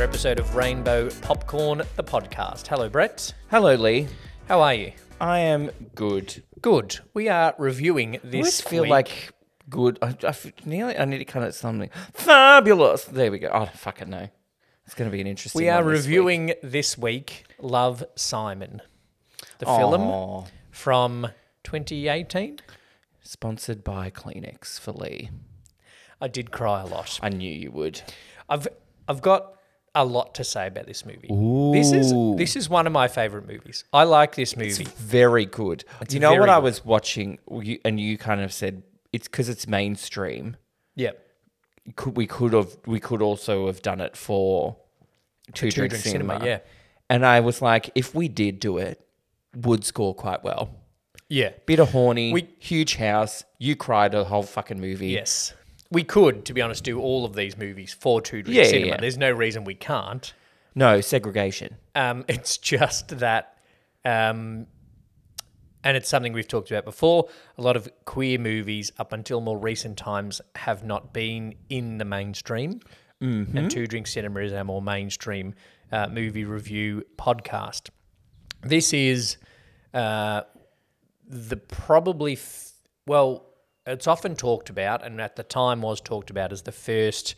episode of Rainbow Popcorn, the podcast. Hello, Brett. Hello, Lee. How are you? I am good. Good. We are reviewing I this. always feel week. like good. I, I f- nearly. I need to cut it something fabulous. There we go. Oh, I don't fucking know. It's going to be an interesting. we are one this week. reviewing this week Love Simon, the film Aw. from 2018. sponsored by Kleenex for Lee. I did cry a lot. I knew you would. I've I've got a lot to say about this movie. This is Ooh. this is one of my favorite movies. I like this movie. Very good. you know very what I good. was watching, you, and you kind of said it's because it's mainstream. Yeah. Could we could have we could also have done it for two, Two drink, Drink cinema. Cinema, yeah. And I was like, if we did do it, would score quite well. Yeah. Bit of horny, We- huge house. You cried a whole fucking movie. Yes. We could, to be honest, do all of these movies for Two Drink Yeah, yeah, Cinema. yeah. There's no reason we can't. No segregation. Um, it's just that, um, and it's something we've talked about before. A lot of queer movies up until more recent times have not been in the mainstream. Mm-hmm. And Two Drink Cinema is our more mainstream uh, movie review podcast. This is uh, the probably, f- well, it's often talked about, and at the time was talked about as the first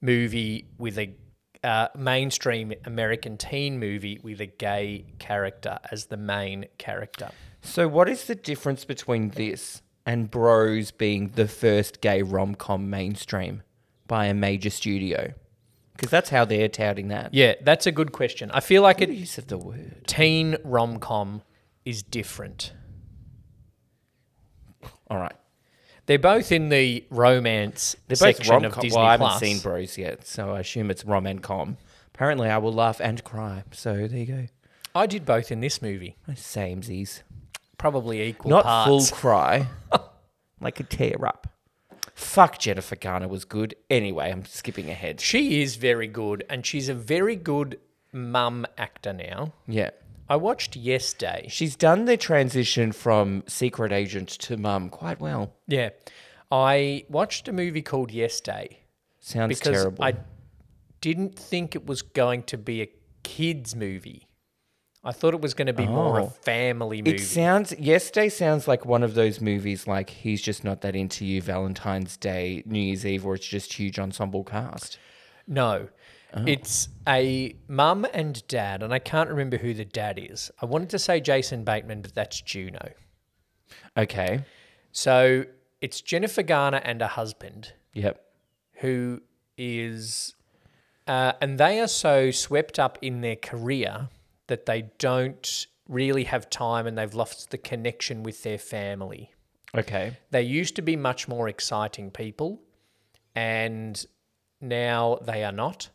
movie with a uh, mainstream American teen movie with a gay character as the main character. So what is the difference between this and Bros being the first gay rom com mainstream by a major studio? Because that's how they're touting that. Yeah, that's a good question. I feel like The a use of the word. teen rom com is different. All right. They're both in the romance They're both section rom of com. Disney Well, I haven't Plus. seen Bros yet, so I assume it's rom and com. Apparently, I will laugh and cry. So there you go. I did both in this movie, Samesies. probably equal Not parts. full cry. like a tear up. Fuck Jennifer Garner was good. Anyway, I'm skipping ahead. She is very good, and she's a very good mum actor now. Yeah. I watched Yes Day. She's done the transition from secret agent to mum quite well. Yeah, I watched a movie called Yes Day. Sounds because terrible. I didn't think it was going to be a kids movie. I thought it was going to be more a Oh. family movie. it sounds yesterday sounds like one of those movies like he's just not that into you Valentine's Day, New Year's Eve, or it's just huge ensemble cast. no. Oh. It's a mum and dad, and I can't remember who the dad is. I wanted to say Jason Bateman, but that's Juno. Okay. So it's Jennifer Garner and her husband Yep. who is, uh, and they are so swept up in their career that they don't really have time and they've lost the connection with their family. Okay. they used to be much more exciting people and now they are not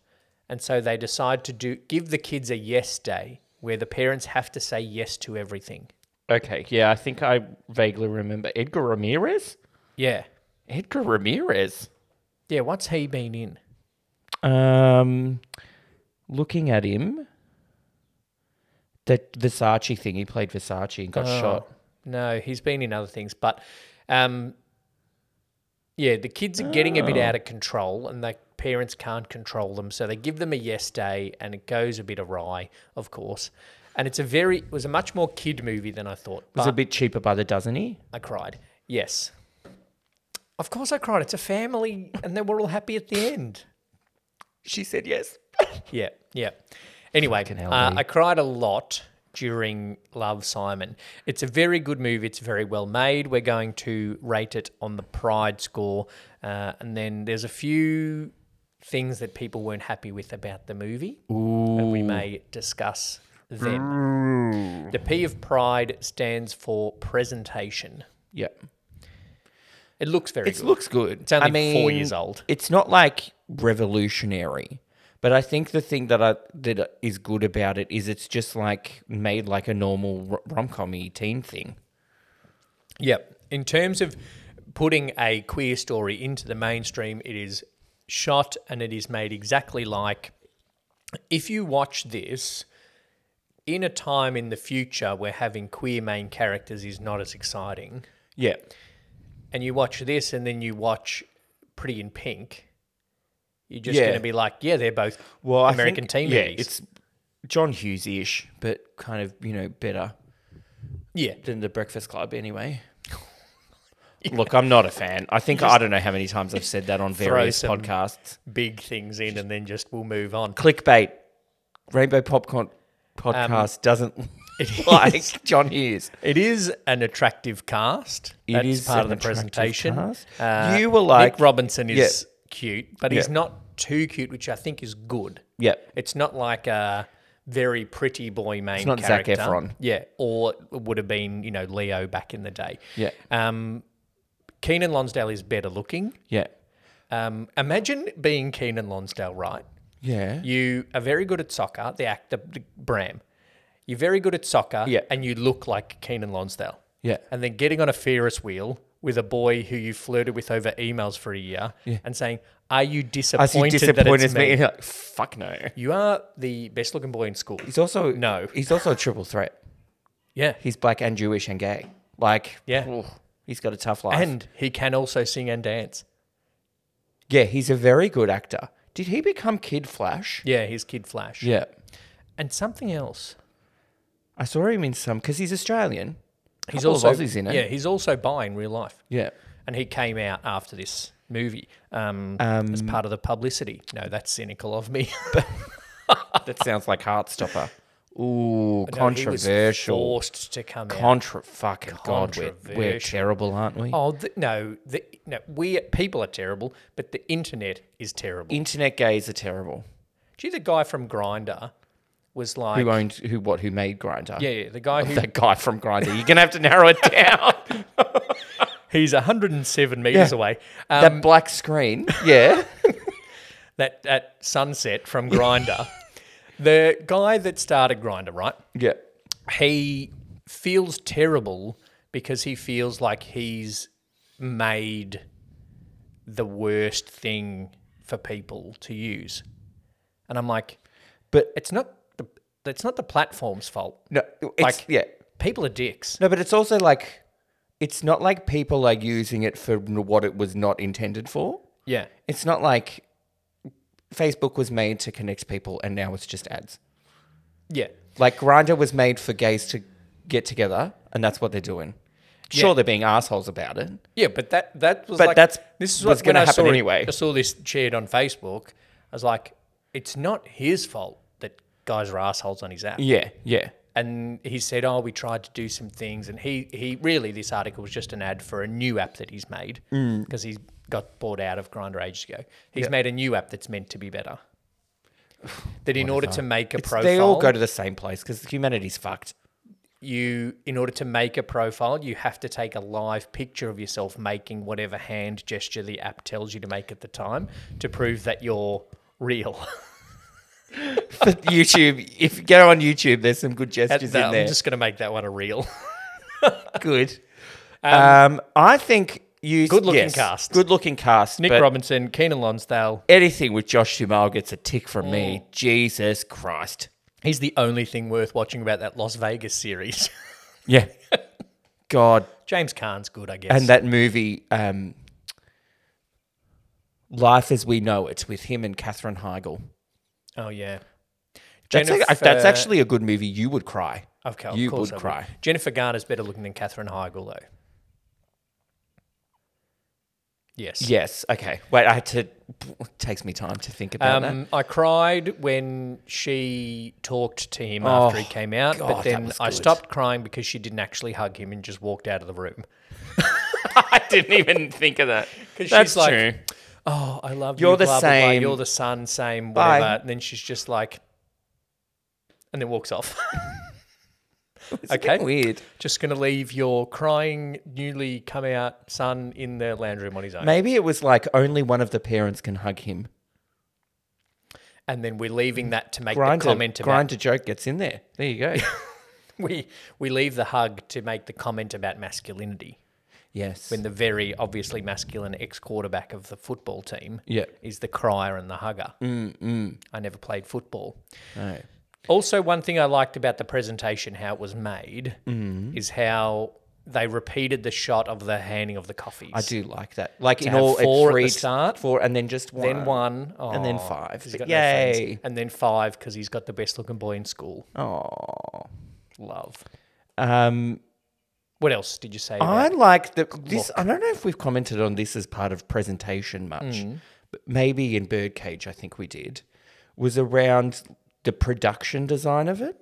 and so they decide to do give the kids a yes day where the parents have to say yes to everything Okay. Yeah, I think I vaguely remember Edgar Ramirez. yeah Edgar Ramirez. yeah what's he been in Um, looking at him, that Versace thing. He played Versace and got shot. Oh. no he's been in other things but um yeah the kids are getting a bit out of control and the parents can't control them so they give them a yes day and it goes a bit awry of course and it's a very it was a much more kid movie than i thought Was but- a bit cheaper by the dozen. He I cried. Yes. Of course I cried. It's a family and they were all happy at the end. she said yes. Yeah, yeah. Anyway, hell, uh, Lee. I cried a lot during Love Simon. It's a very good movie. It's very well made. We're going to rate it on the Pride score. Uh, and then there's a few things that people weren't happy with about the movie. And we may discuss them. The P of Pride stands for presentation. Yep. It looks very It good. looks good. It's only four years old. It's not like revolutionary, but I think the thing that I that is good about it is it's just like made like a normal rom com teen thing. Yep. In terms of putting a queer story into the mainstream, it is shot and it is made exactly like if you watch this in a time in the future where having queer main characters is not as exciting, Yeah. and you watch this and then you watch Pretty in Pink, You're just Yeah. going to be like, yeah, they're both Well, I American think, teen yeah, movies. it's John Hughes ish, but kind of you know better yeah. than the Breakfast Club anyway. Look, I'm not a fan. I think I don't know how many times I've said that on various some- podcasts. big things in, and then just we'll move on. Clickbait. Rainbow Popcorn podcast doesn't like John Hughes. It is an attractive cast. It That's is part of an the attractive presentation. cast. Uh, You were like- Nick Robinson Yeah. is cute, but he's Yeah. not too cute, which I think is good. Yep. It's not like a very pretty boy main. It's not Zac character. Efron. Yeah, or it would have been you know Leo back in the day. Yeah. Um, Keenan Lonsdale is better looking. Yeah. Um, imagine being Keenan Lonsdale, right? Yeah. You are very good at soccer, the actor the Bram. You're very good at soccer, Yeah. and you look like Keenan Lonsdale. Yeah. And then getting on a Ferris wheel with a boy who you flirted with over emails for a year and saying, Are you As disappointed, you that disappointed it's me, me? and you're like, fuck no. You are the best looking boy in school. He's also No. He's also a triple threat. Yeah. He's black and Jewish and gay. Like Yeah. oof, he's got a tough life. And he can also sing and dance. yeah, he's a very good actor. Did he become Kid Flash? Yeah, he's Kid Flash. Yeah. And something else. I saw him in some because he's Australian. He's Couple of also Aussies in it. Yeah, he's also bi in real life. Yeah. and he came out after this movie um, as part of the publicity. No, that's cynical of me. That sounds like Heartstopper. Ooh, No, he was controversial. forced to come out. Contra fucking god, we're, we're Controversial. terrible, aren't we? Oh the, no, the, no, we people are terrible, but the internet is terrible. Internet gays are terrible. Gee, the guy from Grinder was like, Who owned who? What? Who made Grinder? yeah, yeah, the guy who That guy from Grinder. You're gonna have to narrow it down. he's 107 meters Yeah. away. Um, that black screen. Yeah. that that sunset from Grinder, the guy that started Grinder, right? yeah. he feels terrible because he feels like he's made the worst thing for people to use. And I'm like, But it's not the it's not the platform's fault. No, it's, Like- yeah, People are dicks. no, but it's also like it's not like people are using it for what it was not intended for. Yeah. It's not like Facebook was made to connect people, and now it's just ads. Yeah. Like Grinder was made for gays to get together, and that's what they're doing. Sure, Yeah. they're being assholes about it. Yeah, but that that was But like, that's this is what's what- when gonna I happen saw it- anyway. I saw this shared on Facebook. I was like, it's not his fault that guys are assholes on his app. Yeah, yeah, and he said, "Oh, we tried to do some things." And he he really this article was just an ad for a new app that he's made because he got bought out of Grinder ages ago. He's made a new app that's meant to be better. That in order to make a profile, They all go to the same place because humanity's fucked. you in order to make a profile, you have to take a live picture of yourself making whatever hand gesture the app tells you to make at the time to prove that you're real. But YouTube, if you go on YouTube, there's some good That- gestures that- in I'm there. just going to make that one a real. good. Um, I think you Good-looking yes, cast. Good looking cast. Nick but- Robinson, Keenan Lonsdale. anything with Josh Duhamel gets a tick from me. Jesus Christ. He's the only thing worth watching about that Las Vegas series. Yeah. God. James Caan's good, I guess. And that movie, um, Life as We Know It, with him and Katherine Heigl. oh yeah, That's, a- Jennifer- that's actually a good movie. You would cry. okay. Of you course would I cry. Jennifer Garner's better looking than Katherine Heigl, though. Yes. Yes. Okay. Wait, I had to. It takes me time to think about that. Um, I cried when she talked to him after he Oh, came out, God, but that then was I good. stopped crying because she didn't actually hug him and just walked out of the room. I didn't even think of that. That's she's like, true. Oh, I love you. You're the blah, blah, blah, same. You're the sun, same, Bye. whatever. And then she's just like, and then walks off. okay. Weird. Just going to leave your crying, newly come out son in the lounge room on his own. Maybe it was like only one of the parents can hug him. And then we're leaving that to make Grinder, the comment about grinder joke gets in there. There you go. we we leave the hug to make the comment about masculinity. yes. When the very obviously masculine ex quarterback of the football team yeah. is the crier and the hugger. Mm, I never played football. No. Mm. Also, one thing I liked about the presentation, how it was made, is how they repeated the shot of the handing of the coffees. I do like that. Like in have all, four at it the three, start, four, and then just one. Then one, And then Aw, five. 'cause he's got no friends. Yay. and then five because he's got the best looking boy in school. Oh. Love. Um, What else did you say? I about- like the this. I don't know if we've commented on this as part of presentation much, but maybe in Birdcage, I think we did. Was around the production design of it.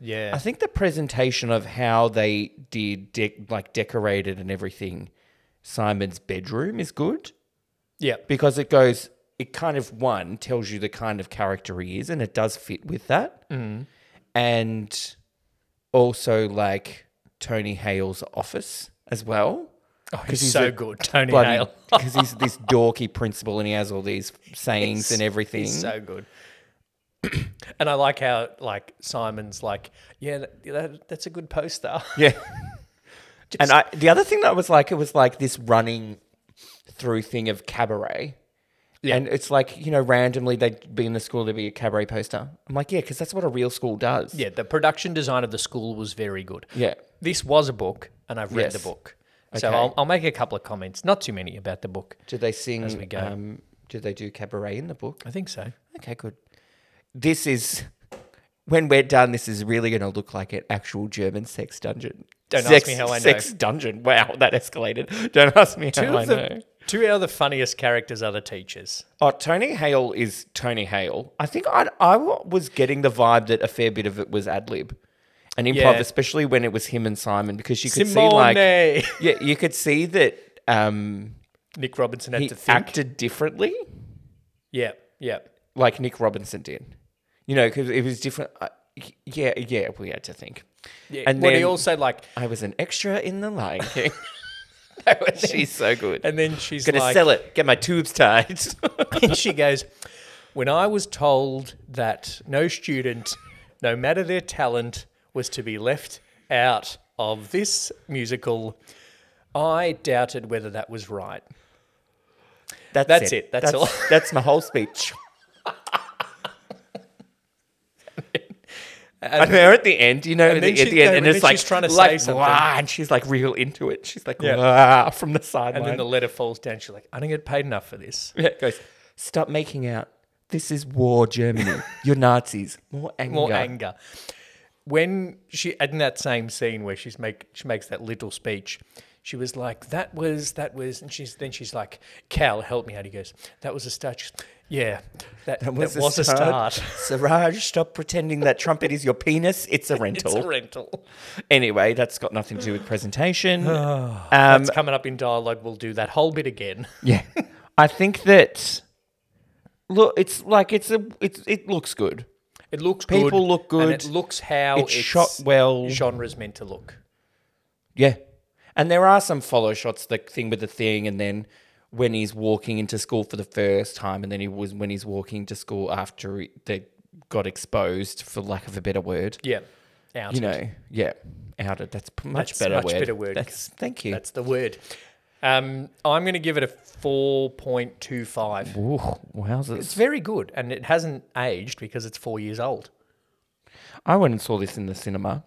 yeah. I think the presentation of how they did dec like decorated and everything Simon's bedroom is good yeah. because it goes it kind of one tells you the kind of character he is and it does fit with that. And also like Tony Hale's office as well. Oh, he's he's so a good. Tony Hale. Because he's this dorky principal and he has all these sayings and everything. He's so good. and I like how like Simon's like, yeah, that, that- that's a good poster. Yeah. and I, the other thing that was like, it was like this running through thing of cabaret. Yeah. And it's like, you know, randomly they'd be in the school, there'd be a cabaret poster. I'm like, yeah, because that's what a real school does. yeah, the production design of the school was very good. Yeah. This was a book, and I've read the Yes. book. So Okay. I'll, I'll make a couple of comments, not too many about the book. Did they sing? we go. Um, did they do cabaret in the book? I think so. Okay, good. This is, when we're done, this is really going to look like an actual German sex dungeon. Don't ask sex, me how I know. Sex dungeon. Wow, that escalated. Don't ask me Two how I of the know. two out of the funniest characters are the teachers. Oh, Tony Hale is Tony Hale. I think I I was getting the vibe that a fair bit of it was ad lib and improv, Yeah. especially when it was him and Simon, because you could see Simone, like yeah, you could see that um, Nick Robinson had he to think. acted differently, yeah, yeah, like Nick Robinson did. You know, because it was different. Uh, yeah, yeah, we had to think. yeah. And And well, he then- also like, I was an extra in The Lion King. She's so good. and then she's Gonna like, sell it. Get my tubes tied. and she goes, When I was told that no student, no matter their talent, was to be left out of this musical, I doubted whether that was right. That's, That's it. That's all. That's my whole speech. And they're at the end, you know, at and the, then at she- the end, no, and but it's then like, she's trying to say like, something. "Wah," and she's like real into it. She's like, Yeah. "Wah," from the sideline. And then the letter falls down. She's like, I don't get paid enough for this. Yeah, it goes, stop making out. This is war, Germany. You're Nazis. More anger. More anger. When she, in that same scene where she's make, she makes that little speech, she was like, that was, that was, and she's, then she's like, Cal, help me out. He goes, that was a start. She's, yeah, that, that was, a start. Siraj, stop pretending that trumpet is your penis. It's a rental. It's a rental. anyway, that's got nothing to do with presentation. um, It's coming up in dialogue. We'll do that whole bit again. Yeah, I think that look, it's like it's a it's it looks good. It looks People good. look good. And it looks how It's shot well. Genre's meant to look. Yeah, and there are some follow shots. The thing with the thing, and then when he's walking into school for the first time, and then he was when he's walking to school after he- they got exposed, for lack of a better word. Yeah. Out. You know, yeah, outed. That's p- much That's better. much word. better word. That's thank you. That's the word. Um, I'm going to give it a 4.25. Ooh, wowzers. It's very good, and it hasn't aged because it's four years old. I went and saw this in the cinema.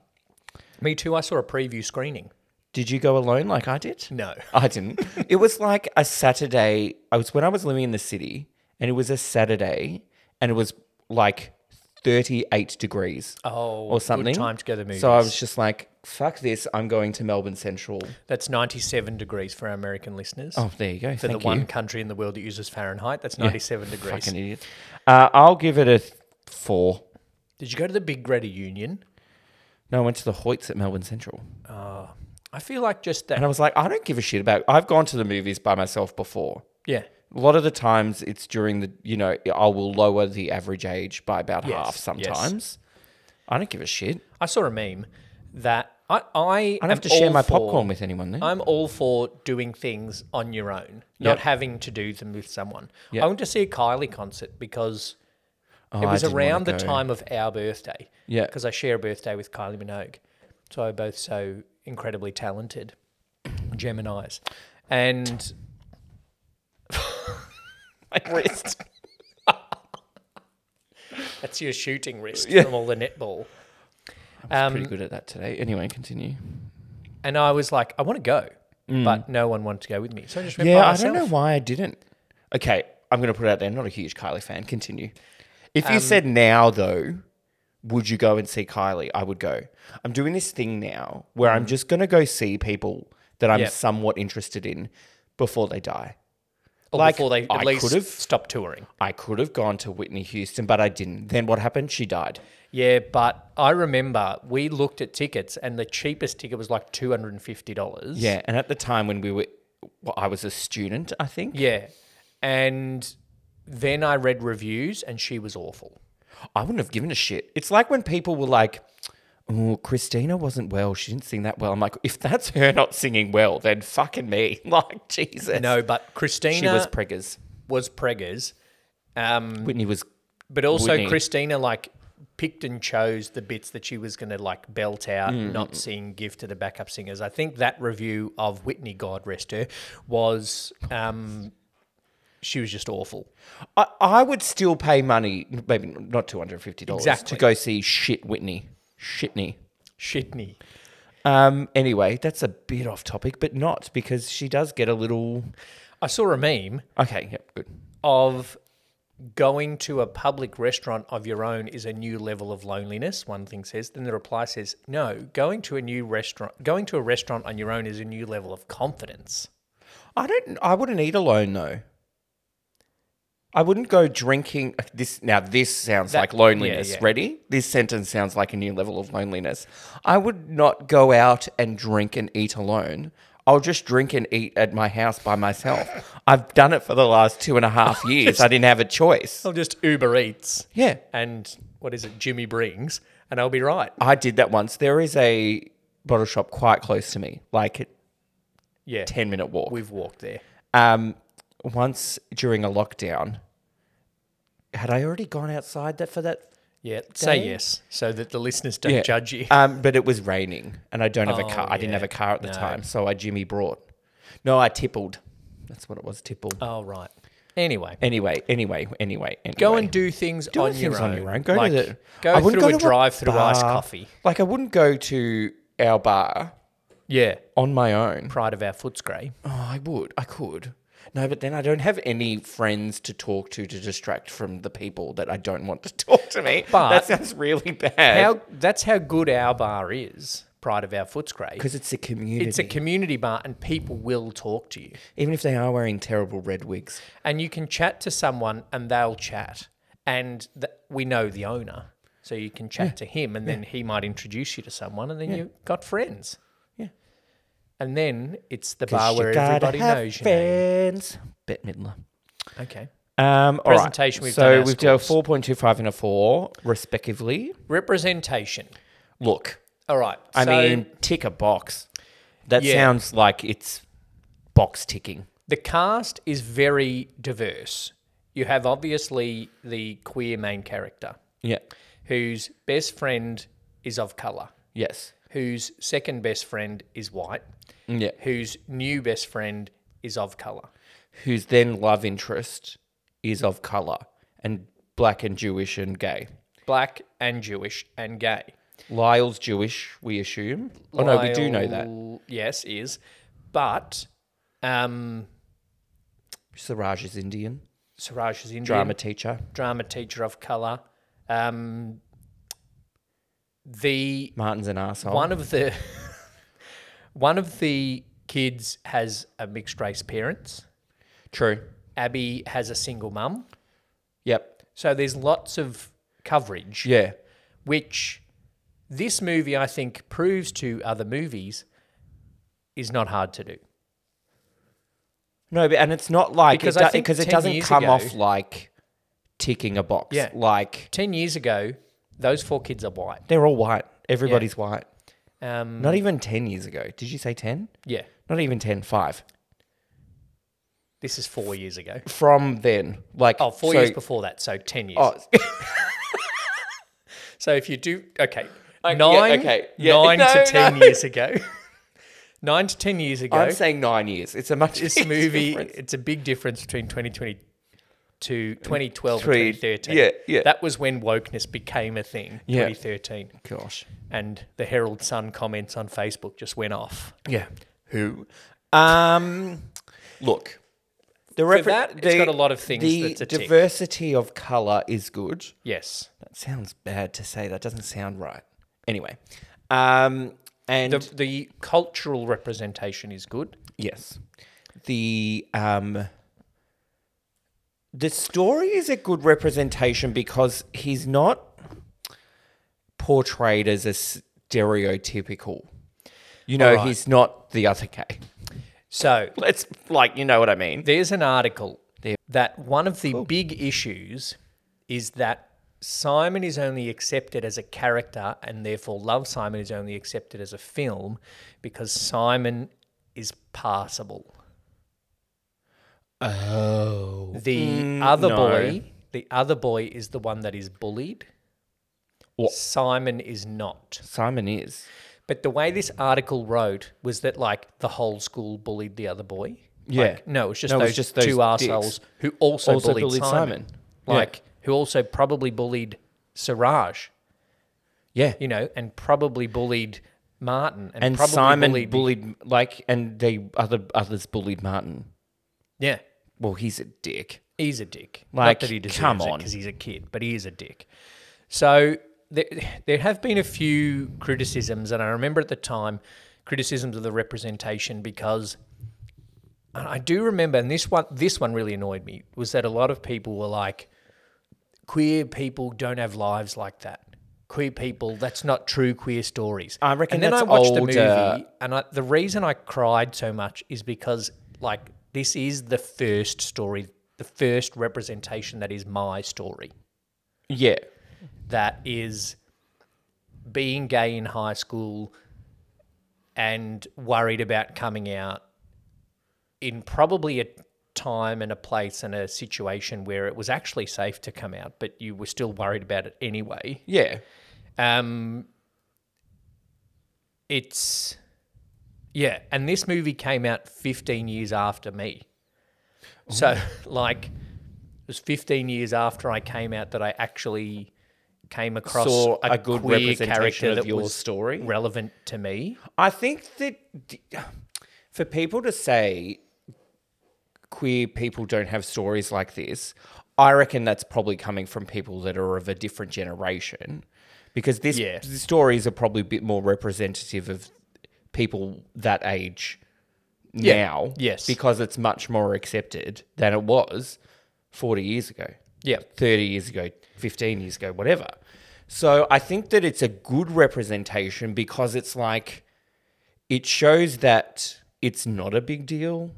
Me too. I saw a preview screening. Did you go alone like I did? No. I didn't. it was like a Saturday. I was when I was living in the city, and it was a Saturday, and it was like thirty-eight degrees Oh, or something. Good time to go to the movies. Oh, So I was just like, "Fuck this! I'm going to Melbourne Central." That's 97 degrees for our American listeners. Oh, there you go. for Thank the you. one country in the world that uses Fahrenheit, that's 97 degrees. Fucking idiot. Uh, I'll give it a th- four. Did you go to the Big Greta Union? No, I went to the Hoyts at Melbourne Central, I feel like just that. and I was like, "I don't give a shit about." I've gone to the movies by myself before. Yeah. A lot of the times it's during the, you know, I will lower the average age by about Yes, half yes. sometimes. I don't give a shit. I saw a meme that I I, I don't have to share my popcorn with anyone then. I'm all for doing things on your own, Yep. not having to do them with someone. Yep. I went to see a Kylie concert because Oh, it I was didn't wanna around the go. time of our birthday. Yeah. Because I share a birthday with Kylie Minogue. So we're both so incredibly talented Geminis. And My wrist. that's your shooting wrist Yeah. from all the netball. Pretty good at that today. Anyway, continue. and I was like, I want to go, but no one wanted to go with me. So I just went by Mm. Yeah, I myself. don't know why I didn't. Okay, I'm going to put it out there. I'm not a huge Kylie fan. Continue. If you said now, though, would you go and see Kylie? I would go. I'm doing this thing now where I'm just going to go see people that I'm Yep. somewhat interested in before they die. Or like, before they at I could've. least stop touring. I could have gone to Whitney Houston, but I didn't. Then what happened? She died. Yeah, but I remember we looked at tickets, and the cheapest ticket was like two hundred and fifty dollars. Yeah, and at the time when we were, well, I was a student, I think. yeah, and then I read reviews, and she was awful. I wouldn't have given a shit. It's like when people were like, "Oh, Christina wasn't well. She didn't sing that well." I'm like, if that's her not singing well, then fucking me. Like Jesus. No, but Christina she was preggers. was preggers, um, Whitney was. but also Whitney. Christina like picked and chose the bits that she was going to like belt out, not sing, give to the backup singers. I think that review of Whitney, God rest her, was um, she was just awful. I, I would still pay money, maybe not two hundred fifty dollars, Exactly. to go see shit Whitney. Shitney. Shitney. Um. Anyway, that's a bit off topic, but not because she does get a little. I saw a meme Okay. Yep. Good. of going to a public restaurant of your own is a new level of loneliness one thing says then the reply says no going to a new restaurant going to a restaurant on your own is a new level of confidence I don't. I wouldn't eat alone though. I wouldn't go drinking. uh, This now. This sounds That- like loneliness. yeah, yeah. Ready? This sentence sounds like a new level of loneliness. I would not go out and drink and eat alone. I'll just drink and eat at my house by myself. I've done it for the last two and a half years. I didn't have a choice. i'll just uber eats Yeah, and what is it jimmy brings and i'll be right I did that once. There is a bottle shop quite close to me, like a yeah ten minute walk. we've walked there Um, once during a lockdown, had I already gone outside that for that? yeah say Dave? yes so that the listeners don't judge you Um, but it was raining, and I don't have a car. I didn't Oh, yeah. have a car at the No. time, so I Jimmy brought. No, I tippled. That's what it was. Tippled. oh right anyway Anyway, anyway, anyway, anyway. go and do things, on, things your own. Go Like, to the. I go wouldn't through go a to drive through iced bar. coffee Like I wouldn't go to our bar yeah on my own. pride of our footscray Oh, I would. I could. No, but then I don't have any friends to talk to to distract from the people that I don't want to talk to me. But- that sounds really bad. How that's how good our bar is, Pride of Our Footscray. Because it's a community. It's a community bar and people will talk to you. Even if they are wearing terrible red wigs. And you can chat to someone and they'll chat. And th- we know the owner. So you can chat to him and then he might introduce you to someone and then you've got friends. Yeah. And then it's the bar where everybody knows your name. friends. Bette Midler. Okay. Um, all right. Presentation, we've so done our we've done a scores. four point two five and a four, respectively. Representation. Look, All right. I so mean, tick a box. That Yeah. sounds like it's box ticking. the cast is very diverse. You have obviously the queer main character. Yeah. whose best friend is of color, Yes. whose second best friend is white, Yeah. whose new best friend is of color. whose then love interest is of color and black and Jewish and gay. Black and Jewish and gay. Lyle's Jewish, we assume. Oh no, we do know that. Lyle, Yes, is. But um Siraj is Indian, Siraj is Indian, drama drama, teacher. teacher of color. Um the Martin's an asshole. one of the one of the kids has a mixed race parents. True. Abby has a single mum. Yep. So there's lots of coverage, Yeah. which this movie, I think, proves to other movies is not hard to do. No, but, and it's not like Because because I it, do- think because it 10 doesn't years come ago- off like ticking a box. Yeah. Like 10 years ago, those four kids are white. they're all white. Everybody's white. Um, Not even 10 years ago. Did you say 10? yeah, Not even 10, 5. this is four years ago. From then, like Oh, four so- years before that, so 10 years. Oh, So if you do, okay, yeah, nine, okay, yeah. nine No, to 10 no. years ago, nine to 10 years ago, I'm saying 9 years. It's a much this bigger movie, difference. it's a big difference between 2022 to 2012 Three- and 2013. yeah, yeah. That was when wokeness became a thing, Yeah. 2013. Gosh. And the Herald Sun comments on Facebook just went off. Yeah. Who? Um. Look. The For that, it's got a lot of things The that's a tick. diversity of color is good. Yes. That sounds bad to say. That doesn't sound right. Anyway, um, and The, the cultural representation is good. yes, the um, the story is a good representation because he's not portrayed as a stereotypical. You know, Alright. he's not the other gay. So Let's like, you know what I mean? there's an article that one of the big issues is that Simon is only accepted as a character, and therefore Love Simon is only accepted as a film because Simon is passable. Oh, The other no. boy, the other boy is the one that is bullied. What? Simon is not. Simon is. But the way this article wrote was that like the whole school bullied the other boy. Yeah. No, it's just No, it those was just those two dicks. assholes who also, Also bullied, bullied Simon. Simon. Yeah. Like who also probably bullied Siraj, Yeah. you know, and probably bullied Martin and, and probably Simon bullied, bullied, like, and the other others bullied Martin. Yeah. Well, he's a dick. He's a dick. Like, Not that he deserves come on. because he's a kid, but he is a dick. So there, there have been a few criticisms, and I remember at the time criticisms of the representation because and I do remember, and this one this one really annoyed me was that a lot of people were like, queer people don't have lives like that. Queer people, that's not true queer stories. I reckon And then that's I watched the older- movie, and I, the reason I cried so much is because like this is the first story, the first representation that is my story. Yeah. That is being gay in high school and worried about coming out in probably a time and a place and a situation where it was actually safe to come out, but you were still worried about it anyway. Yeah. Um, it's yeah, and this movie came out 15 years after me. So Oh. like it was 15 years after I came out that I actually came across Saw a good queer representation character of that your was story. relevant to me. I think that d- for people to say queer people don't have stories like this, I reckon that's probably coming from people that are of a different generation because this Yeah. the stories are probably a bit more representative of people that age now. yes. Because it's much more accepted than it was 40 years ago. Yeah. 30 years ago, 15 years ago, whatever. So I think that it's a good representation because it's like it shows that it's not a big deal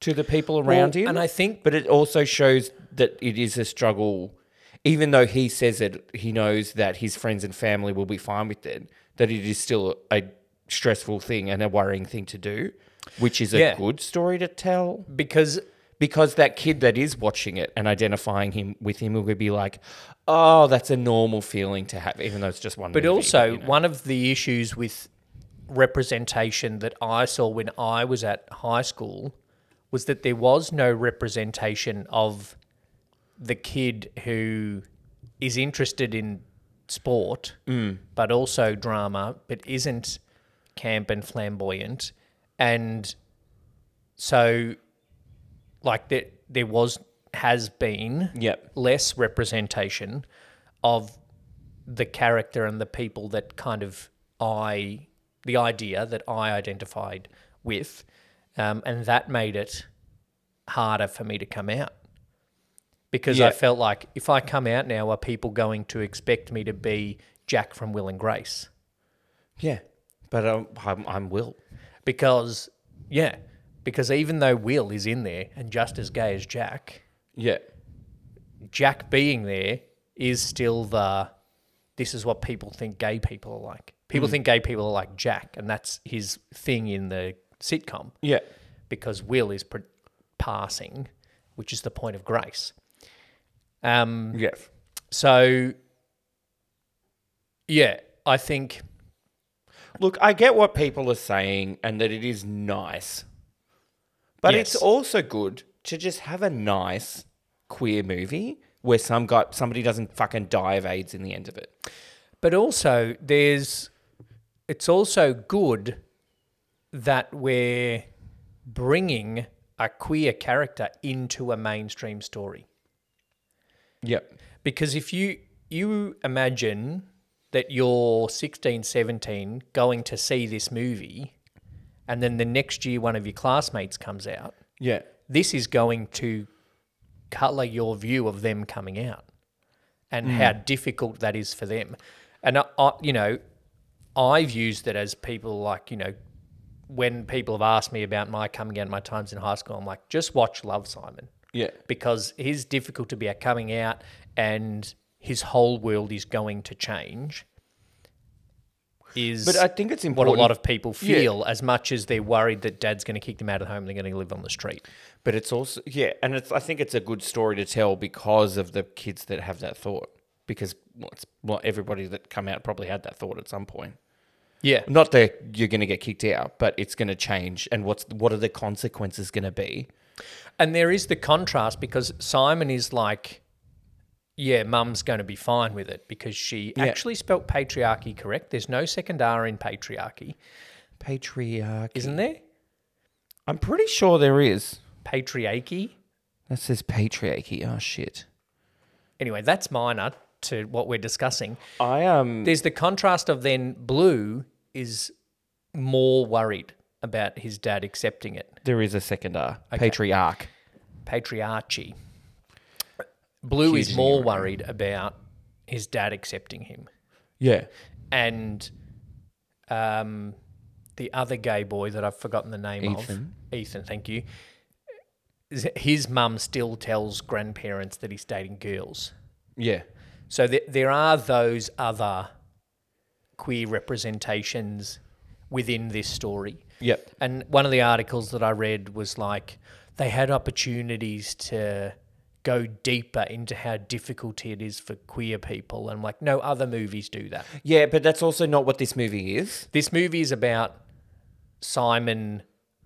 to the people around him. and I think but it also shows that it is a struggle. Even though he says it, he knows that his friends and family will be fine with it, that it is still a stressful thing and a worrying thing to do, which is a Yeah. good story to tell because because that kid that is watching it and identifying him with him will be like, oh, that's a normal feeling to have, even though it's just one. But also, one of the issues with representation that I saw when I was at high school was that there was no representation of the kid who is interested in sport, but also drama, but isn't camp and flamboyant. And so, like, there, there was, has been Yep. less representation of the character and the people that kind of I, the idea that I identified with. Um, and that made it harder for me to come out because I Yeah. felt like if I come out now, are people going to expect me to be Jack from Will and Grace? Yeah. But um, I'm, I'm Will. Because, yeah, because even though Will is in there and just as gay as Jack, Yeah. Jack being there is still the this is what people think gay people are like. People think gay people are like Jack, and that's his thing in the sitcom Yeah. because Will is pre- passing, which is the point of grace. Um, Yeah. so, yeah, I think Look, I get what people are saying and that it is nice, but it's Yes. also good to just have a nice, queer movie where some guy somebody doesn't fucking die of AIDS in the end of it. But also, there's. It's also good that we're bringing a queer character into a mainstream story. Yep. Because if you you imagine that you're 16, 17 going to see this movie, and then the next year one of your classmates comes out, Yeah. this is going to colour your view of them coming out and how difficult that is for them. And, I, I, you know, I've used it as people like, you know, when people have asked me about my coming out, and my times in high school, I'm like, just watch Love Simon Yeah. because his difficulty about coming out and his whole world is going to change is But I think it's what important. a lot of people Yeah. feel as much as they're worried that dad's going to kick them out of home and they're going to live on the street. But it's also yeah, and it's I think it's a good story to tell because of the kids that have that thought. Because well, it's, well, everybody that come out probably had that thought at some point. Yeah. Not that you're going to get kicked out, but it's going to change. And what's what are the consequences going to be? And there is the contrast because Simon is like, yeah, mum's going to be fine with it because she Yeah. actually spelt patriarchy correct. There's no second R in patriarchy, Patriarchy. isn't there? I'm pretty sure there is. Patriarchy. That says patriarchy. Oh shit. Anyway, that's minor to what we're discussing. I am. Um, There's the contrast of then Blue is more worried about his dad accepting it. there is a second R. Patriarch. Patriarchy. Blue is Hugely more worried about his dad accepting him. Yeah. And um, the other gay boy that I've forgotten the name Ethan. of, Ethan, thank you. is- His mum still tells grandparents that he's dating girls. Yeah. So th- there are those other queer representations within this story. Yep. And one of the articles that I read was like they had opportunities to go deeper into how difficult it is for queer people. And I'm like, no other movies do that. Yeah, but that's also not what this movie is. This movie is about Simon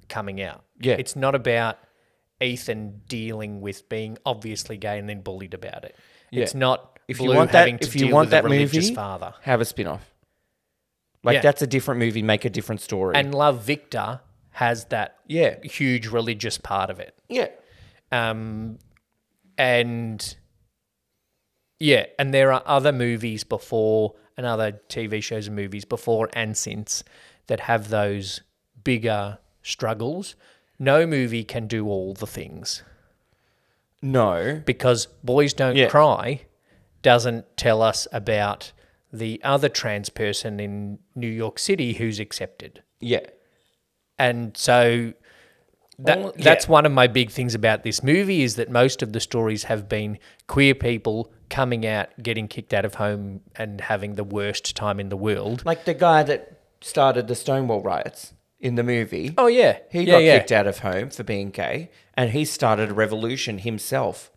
coming out. Yeah. It's not about Ethan dealing with being obviously gay and then bullied about it. Yeah. It's not If Blue you want having that, to if you deal want with a that religious movie, father. have a spin-off. Like Yeah. that's a different movie. Make a different story. And Love Victor has that yeah, huge religious part of it. yeah, Um, and yeah, and there are other movies before and other TV shows and movies before and since that have those bigger struggles. No movie can do all the things no, because Boys Don't Yeah. Cry doesn't tell us about the other trans person in New York City who's accepted. yeah, and so that, All- that's yeah. one of my big things about this movie is that most of the stories have been queer people coming out, getting kicked out of home, and having the worst time in the world. like the guy that started the Stonewall riots in the movie. Oh yeah, he yeah, got yeah. kicked out of home for being gay, and he started a revolution himself.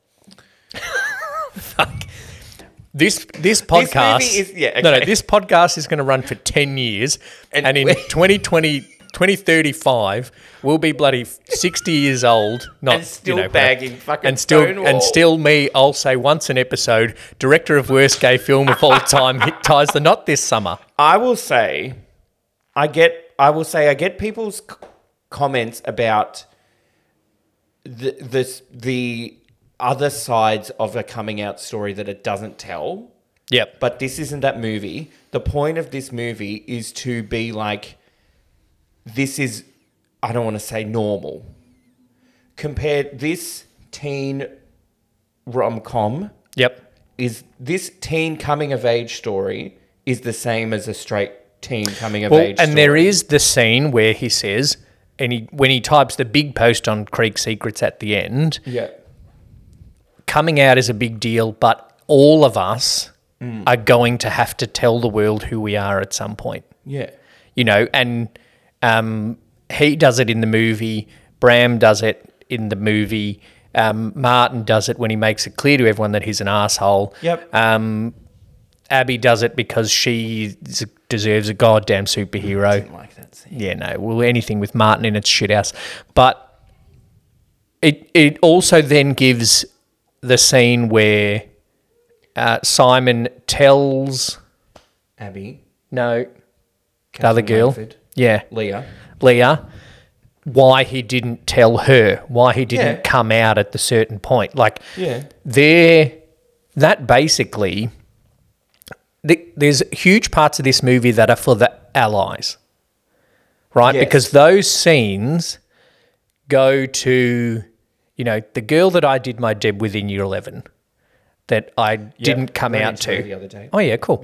This this podcast movie is- yeah, no no okay. this podcast is going to run for ten years, and, And in we- 2020, 2035, we'll be bloody sixty years old, not And still you know, bagging fucking and still Stonewall. and still me. I'll say once an episode, director of worst gay film of all time hit ties the knot this summer. I will say, I get, I will say, I get people's c- comments about the this the other sides of a coming out story that it doesn't tell. Yep, but this isn't that movie. The point of this movie is to be like, this is, I don't want to say normal. Compare this teen rom com yep, is this teen coming of age story is the same as a straight teen coming of well, age. and story. there is the scene where he says, and he when he types the big post on Creek Secrets at the end, yeah, coming out is a big deal, but all of us Mm. are going to have to tell the world who we are at some point, yeah, you know. And um, he does it in the movie. Bram does it in the movie. Um, Martin does it when he makes it clear to everyone that he's an asshole. Yep. Um, Abby does it because she s- deserves a goddamn superhero. like that scene. Yeah, no. Well, anything with Martin in its shit house, but it it also then gives the scene where uh, Simon tells Abby, no the Catherine other girl, Langford, yeah, Leah. Leah, why he didn't tell her, why he didn't Yeah. come out at the certain point. Like, Yeah. there, that basically, th- there's huge parts of this movie that are for the allies, right? Yes. Because those scenes go to, you know, the girl that I did my deb with in year 11 that I didn't come Ran out into her to. the other day. Oh, yeah, cool.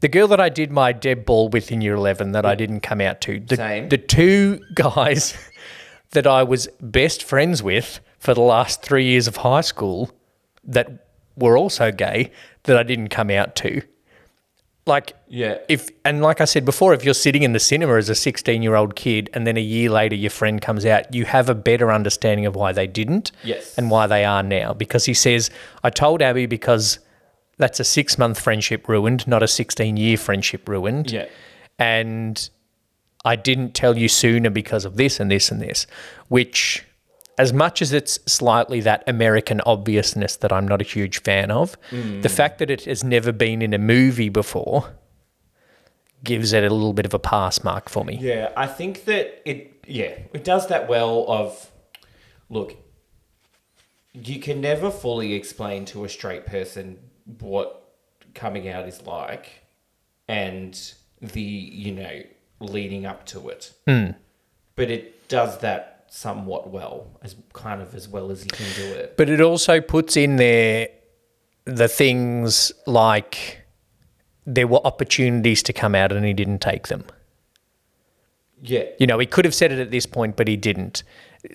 The girl that I did my deb ball with in year 11 that I didn't come out to. The, Same. the two guys that I was best friends with for the last three years of high school that were also gay that I didn't come out to. Like, Yeah. if, and like I said before, if you're sitting in the cinema as a 16 year old kid and then a year later your friend comes out, you have a better understanding of why they didn't Yes. and why they are now. Because he says, I told Abby because that's a six month friendship ruined, not a 16 year friendship ruined. Yeah. And I didn't tell you sooner because of this and this and this, which, as much as it's slightly that American obviousness that I'm not a huge fan of, the fact that it has never been in a movie before gives it a little bit of a pass mark for me. Yeah, I think that it yeah, it does that well of look, you can never fully explain to a straight person what coming out is like and the, you know, leading up to it. Hmm. But it does that somewhat well, as kind of as well as you can do it. But it also puts in there the things like there were opportunities to come out and he didn't take them. Yeah. You know, he could have said it at this point, but he didn't.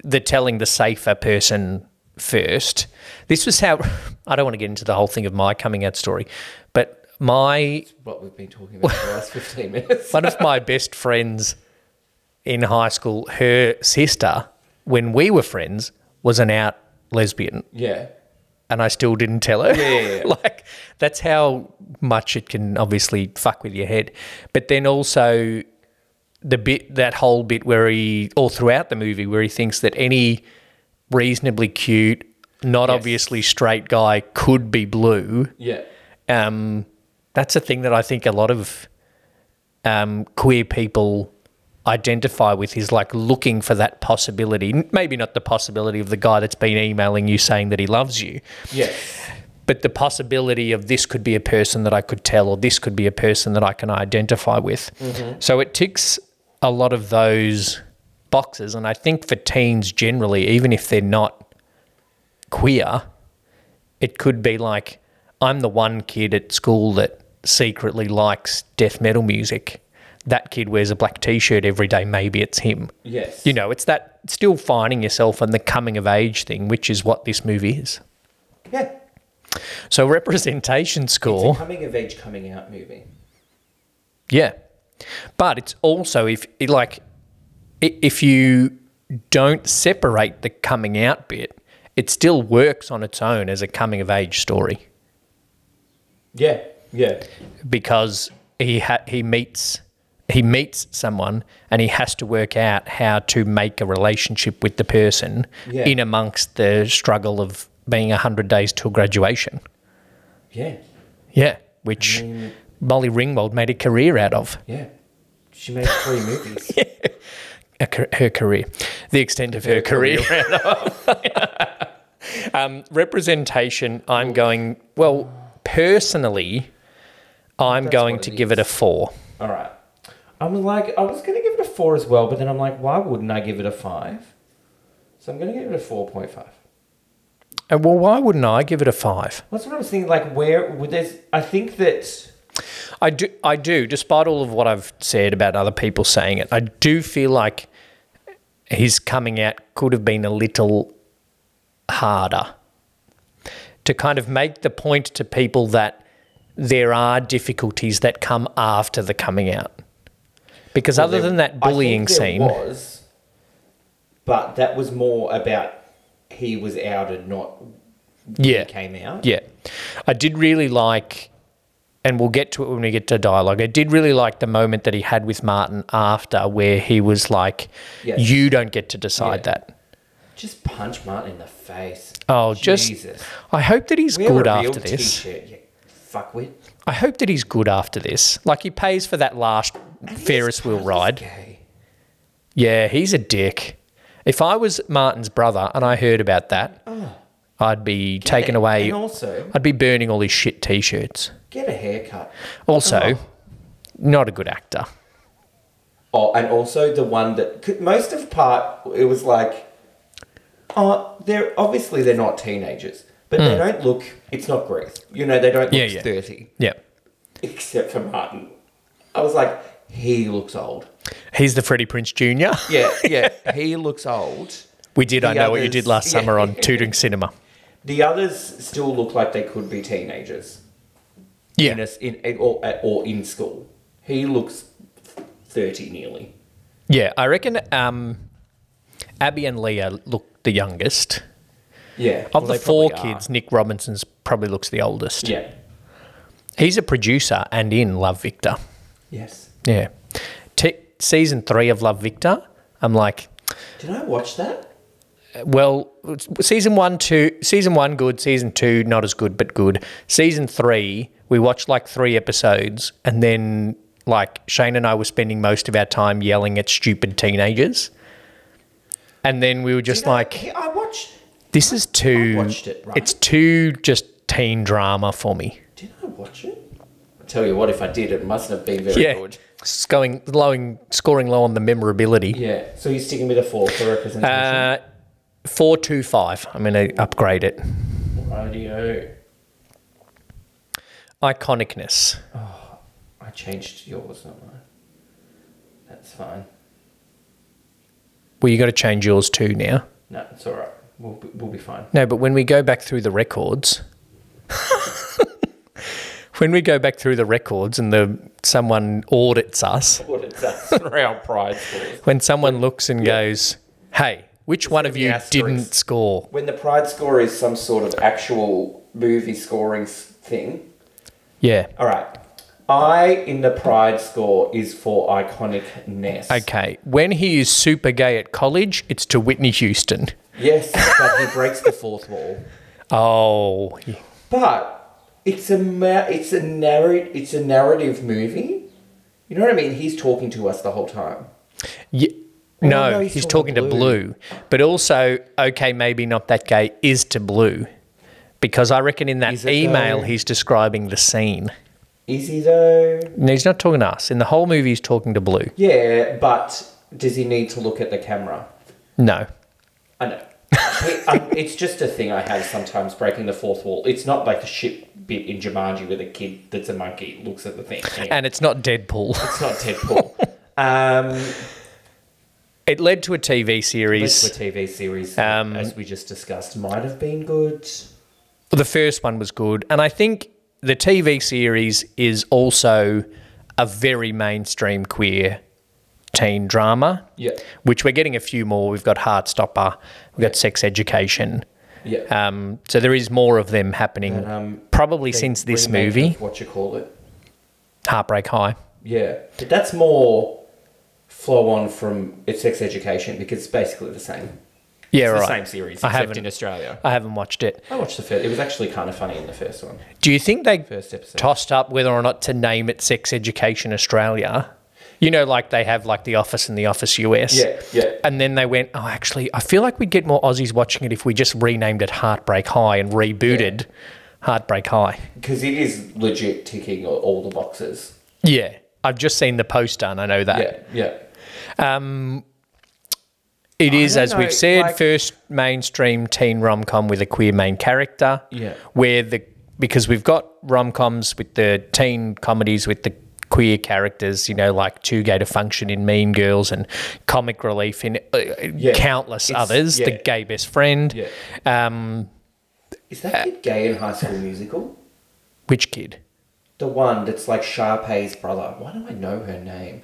The telling the safer person first. This was how I don't want to get into the whole thing of my coming out story, but my What we've been talking about for the last 15 minutes. one of my best friends in high school, her sister, when we were friends, was an out lesbian, Yeah. and I still didn't tell her. yeah, yeah. like that's how much it can obviously fuck with your head. But then also the bit that whole bit where he all throughout the movie where he thinks that any reasonably cute, not Yes. obviously straight guy could be blue. Yeah. Um, that's a thing that I think a lot of um, queer people identify with is like looking for that possibility. N- Maybe not the possibility of the guy that's been emailing you saying that he loves you, Yes. but the possibility of this could be a person that I could tell, or this could be a person that I can identify with. So it ticks a lot of those boxes. And I think for teens generally, even if they're not queer, it could be like, I'm the one kid at school that secretly likes death metal music. That kid wears a black t shirt every day. Maybe it's him. Yes. You know, it's that still finding yourself and the coming of age thing, which is what this movie is. Yeah. So representation It's score, a coming of age, coming out movie. yeah, but it's also if it, like i- if you don't separate the coming out bit, it still works on its own as a coming of age story Yeah. Yeah. because he ha- he meets he meets someone and he has to work out how to make a relationship with the person Yeah. in amongst the struggle of being 100 days till graduation. Yeah. Yeah, which Molly Ringwald made a career out of. Yeah. She made three movies. a car- her career, the extent of her, career. um, representation, I'm going, well, personally, I'm going what to it give it a four. All right. I'm like, I was going to give it a four as well, but then I'm like, why wouldn't I give it a five? So I'm going to give it a 4.5. Uh, well, why wouldn't I give it a five? That's what I was thinking. Like, where would there's, I think that, I do, I do, despite all of what I've said about other people saying it, I do feel like his coming out could have been a little harder to kind of make the point to people that there are difficulties that come after the coming out. Because other there- than I that think bullying there scene, was, but that was more about he was out and not yeah, came out. Yeah. I did really like, and we'll get to it when we get to dialogue. I did really like the moment that he had with Martin after where he was like, Yes. You don't get to decide Yeah. that. Just punch Martin in the face. Oh, just. Jesus. I hope that he's Wear good a real after this. T-shirt, you fuckwit. I hope that he's good after this. Like he pays for that last Ferris wheel ride. Gay. Yeah, he's a dick. If I was Martin's brother and I heard about that, I'd be taking away. Oh. And also, I'd be burning all his shit t-shirts. get a haircut. Also, not a good actor. Oh, and also the one that could, most of part it was like, oh, they're obviously they're not teenagers, but they don't look. It's not Greece, you know. They don't look Hmm. Yeah, yeah. thirty, Yeah, except for Martin. I was like, he looks old. he's the Freddie Prince Jr. Yeah, yeah, he looks old. We did. I The know what you did others- last yeah. summer on Tooting Cinema. The others still look like they could be teenagers. Yeah, in, a, in or, at- or in school. He looks thirty nearly. yeah. I reckon um, Abby and Leah look the youngest Yeah, of Well, the they four probably are. kids. Nick Robinson's probably looks the oldest. Yeah. He's a producer and in Love Victor. Yes. Yeah, T- season three of Love Victor. I'm like, Did I watch that? Well, season one, two, season one, good. Season two, not as good, but good. Season three, we watched like three episodes, and then like Shane and I were spending most of our time yelling at stupid teenagers, and then we were just Did I- like, I, watched. "This is too. watched it, right? It's too just teen drama for me." Did I watch it? I tell you what, if I did, it mustn't have been very yeah, good. it's going lowing, scoring low on the memorability. Yeah. So you're sticking with a four for representation. Uh, four two five. I'm going to upgrade it. Radio. Iconicness. I changed yours, not mine. That's fine. Well, you got to change yours too now. No, it's all right. We'll be, we'll be fine. No, but when we go back through the records, when we go back through the records and the someone audits us, What is that? Real pride scores. when someone looks and goes, "Hey, which one of the you asterisk. didn't score?" When the pride score is some sort of actual movie scoring s- thing. Yeah. All right. I in the pride score is for iconicness. Okay. When he is super gay at college, it's to Whitney Houston. Yes, but he breaks the fourth wall. Oh, But it's a ma- it's a narrative it's a narrative movie. You know what I mean? He's talking to us the whole time. Ye- no, no, he's he's, talking talking to to Blue. But also, okay, maybe not that gay is to Blue. Because I reckon in Is that it email, though? he's describing the scene. Is he though? No, he's not talking to us. In the whole movie, he's talking to Blue. Yeah, but does he need to look at the camera? No. I know. It- I- it's just a thing I have sometimes breaking the fourth wall. It's not like the ship bit in Jumanji where the kid that's a monkey looks at the thing. Anyway, And it's not Deadpool. it's not Deadpool. um, It led to a TV this series. TV series, Um, as we just discussed, might have been good. The first one was good. And I think the TV series is also a very mainstream queer teen drama. Yeah. Which we're getting a few more. We've got Heartstopper, we've got Sex Education. Yeah. Um, so there is more of them happening But, um, probably They since this remade movie, the- What you call it? Heartbreak High. Yeah, but that's more flow on from it's sex education because it's basically the same. Yeah, It's right. the same series, I except haven't, in Australia. I haven't watched it. I watched the first. It was actually kind of funny in the first one, Do you think they first episode. tossed up whether or not to name it Sex Education Australia? You know, like they have like The Office and The Office US. Yeah, yeah. And then they went, oh, actually, I feel like we'd get more Aussies watching it if we just renamed it Heartbreak High and rebooted Heartbreak High. Because it is legit ticking all, all the boxes. Yeah. I've just seen the poster and I know that. Yeah, yeah. It is, don't as know, we've said, like- first mainstream teen rom com with a queer main character. Yeah. Where the because we've got rom coms with the teen comedies with the queer characters, you know, like Too Gay to Function in Mean Girls and Comic Relief in uh, countless It's- others. The yeah. Gay Best Friend. Yeah. Um, Is that kid gay in High School Musical? which kid? The one that's like Sharpay's brother. Why do I know her name?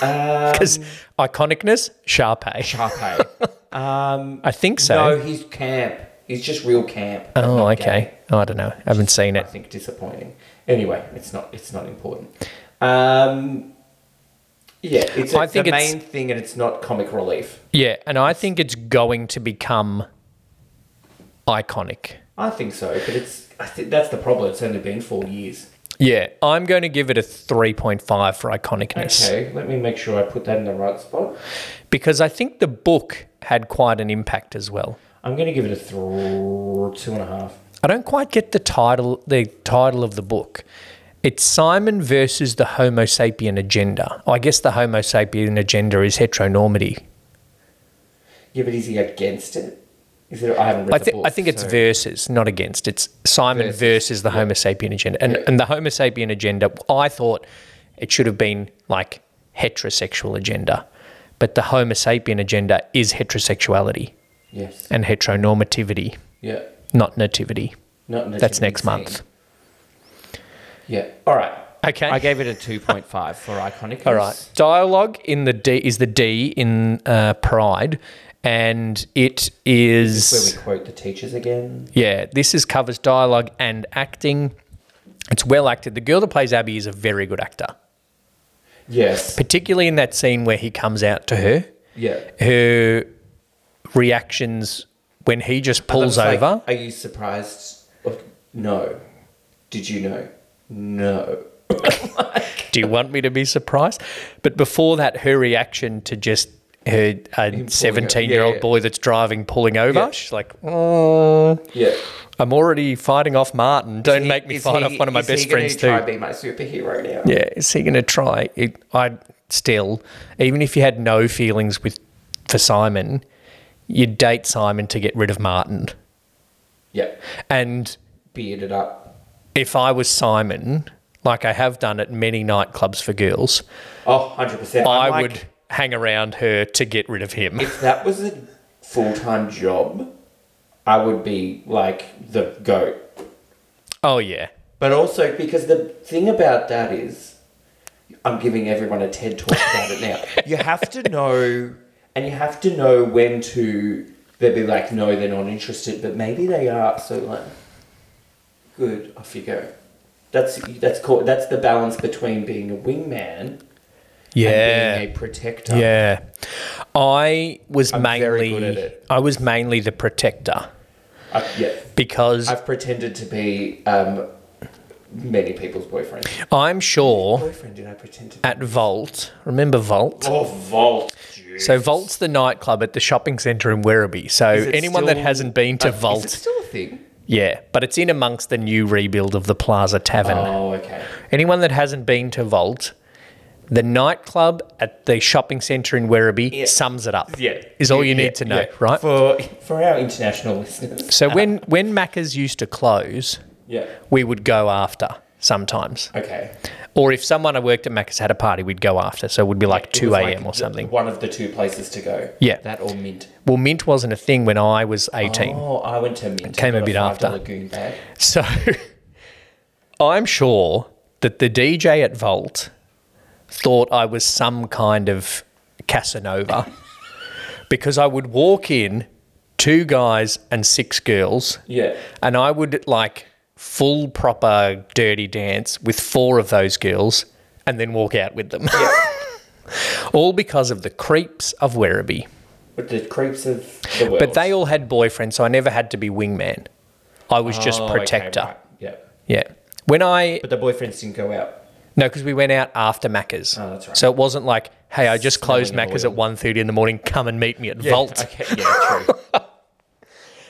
um, Because iconicness, Sharpay. Sharpay. um, I think so. no, he's camp. He's just real camp. but oh, not gay. okay. Oh, I don't know. I haven't seen I it. think disappointing. Anyway, it's not it's not important. Um, yeah, it's, I it's think the it's- main thing, and it's not comic relief. Yeah, and I think it's going to become iconic. I think so, but it's I think that's the problem. It's only been four years. Yeah, I'm going to give it a 3.5 for iconicness Okay, let me make sure I put that in the right spot. because I think the book had quite an impact as well. I'm going to give it a th- two and a half. I don't quite get the title the title of the book. It's Simon versus the Homo sapien agenda. Oh, I guess the Homo sapien agenda is heteronormity. Yeah, but is he against it? Is it? I haven't read I, the thi- book. I think it's so- versus, not against. It's Simon Versus, versus, the Homo sapien agenda. And, and the Homo sapien agenda, I thought it should have been like heterosexual agenda. But the Homo sapien agenda is heterosexuality yes. and heteronormativity, Yeah. not nativity. Not That's next month. Yeah. All right. Okay. I gave it a two point five for iconic. All right. Dialogue in the D is the D in uh, Pride, and it Where is we quote the teachers again. yeah. This is covers dialogue and acting. It's well acted. The girl that plays Abby is a very good actor, Yes. particularly in that scene where he comes out to her. Yeah. Her reactions when he just pulls I was like, over. Are you surprised? Of, no. Did you know? No. Do you want me to be surprised? But before that, her reaction to just her seventeen-year-old yeah. boy that's driving pulling over, Yeah. she's like, "Oh, Yeah. I'm already fighting off Martin. Don't make me Is fight he- off one of my is he best gonna friends too." Try to be my superhero now. yeah, is he going to try? It, I still, even if you had no feelings with for Simon, you'd date Simon to get rid of Martin. Yeah. And Bearded up. if I was Simon, like I have done at many nightclubs for girls, Oh, 100%. I'm I like, would hang around her to get rid of him. If that was a full time job, I would be like the goat. Oh yeah. But also, because the thing about that is, I'm giving everyone a TED talk about it now. You have to know, and you have to know when to. They'd be like, no, they're not interested, but maybe they are. So like, good, off you go. That's that's called that's the balance between being a wingman and being a protector. Yeah. I was I'm very mainly good at it. I was mainly the protector I, Uh, yeah. because I've pretended to be um, many people's boyfriend. I'm sure Boyfriend? Did I pretend to? Be? at Vault, remember Vault? Oh, Vault. Jeez. So Vault's the nightclub at the shopping centre in Werribee. So Is it anyone that still- hasn't been to Uh, Vault, Is it still a thing? yeah, but it's in amongst the new rebuild of the Plaza Tavern. Oh, okay. Anyone that hasn't been to Vault, the nightclub at the shopping centre in Werribee Yeah. sums it up. Yeah. is all you Yeah, need to know, yeah. right? For for our international listeners. so when when Macca's used to close, Yeah. we would go after sometimes. Okay. Or if someone I worked at Macca's had a party, we'd go after. So it would be like It 2 was a.m. like or the- something. one of the two places to go. Yeah. That or Mint. Well, mint wasn't a thing when I was 18. Oh, I went to Mint. came a Got bit after. $5 Lagoon bag. So I'm sure that the DJ at Vault thought I was some kind of Casanova because I would walk in, two guys and six girls. Yeah. and I would like full proper dirty dance with four of those girls and then walk out with them. all because of the creeps of Werribee. But the creeps of the world. But they all had boyfriends, so I never had to be wingman. I was just Oh, okay, protector. right. Yeah. Yeah. When I But the boyfriends didn't go out. no, because we went out after Macca's, Oh, that's right. so it wasn't like, "Hey, I just closed Smelling Macca's oil. at 1.30 in the morning. Come and meet me at Vault." Okay. Yeah, true.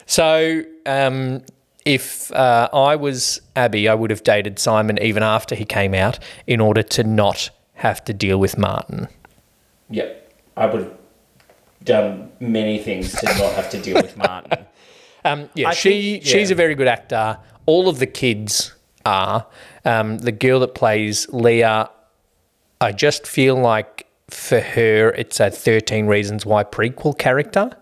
So, um, if uh, I was Abby, I would have dated Simon even after he came out in order to not have to deal with Martin. yeah. I would have done many things to not have to deal with Martin. Um, yeah, I she think- she's yeah. a very good actor. All of the kids are. Um, the girl that plays Leah, I just feel like for her, it's a Thirteen Reasons Why prequel character.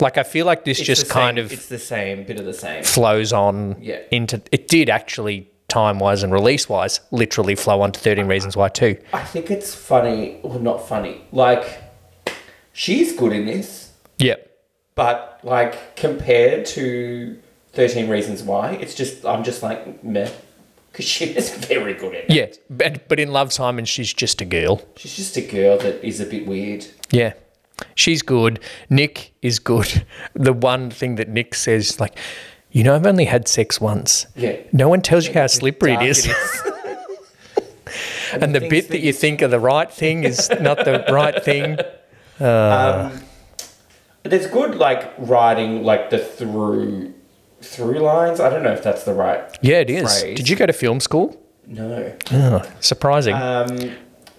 Like I feel like this It's just the same- kind of It's the same, bit of the same. flows on Yeah. into it did actually time wise and release wise literally flow onto 13 reasons why too I think it's funny, or not funny. Like, she's good in this, yep but like compared to Thirteen Reasons Why, it's just I'm just like meh, because she is very good in it. yeah but, but in love simon she's just a girl She's just a girl that is a bit weird. yeah She's good. Nick is good. The one thing that Nick says, is like, you know, I've only had sex once. Yeah. No one tells you how slippery it dark is. it and the things bit that that you think are the right thing is not the right thing. There's good like writing like the through through lines. I don't know if that's the right. Yeah, it is. Phrase. Did you go to film school? No. Oh, surprising. Um,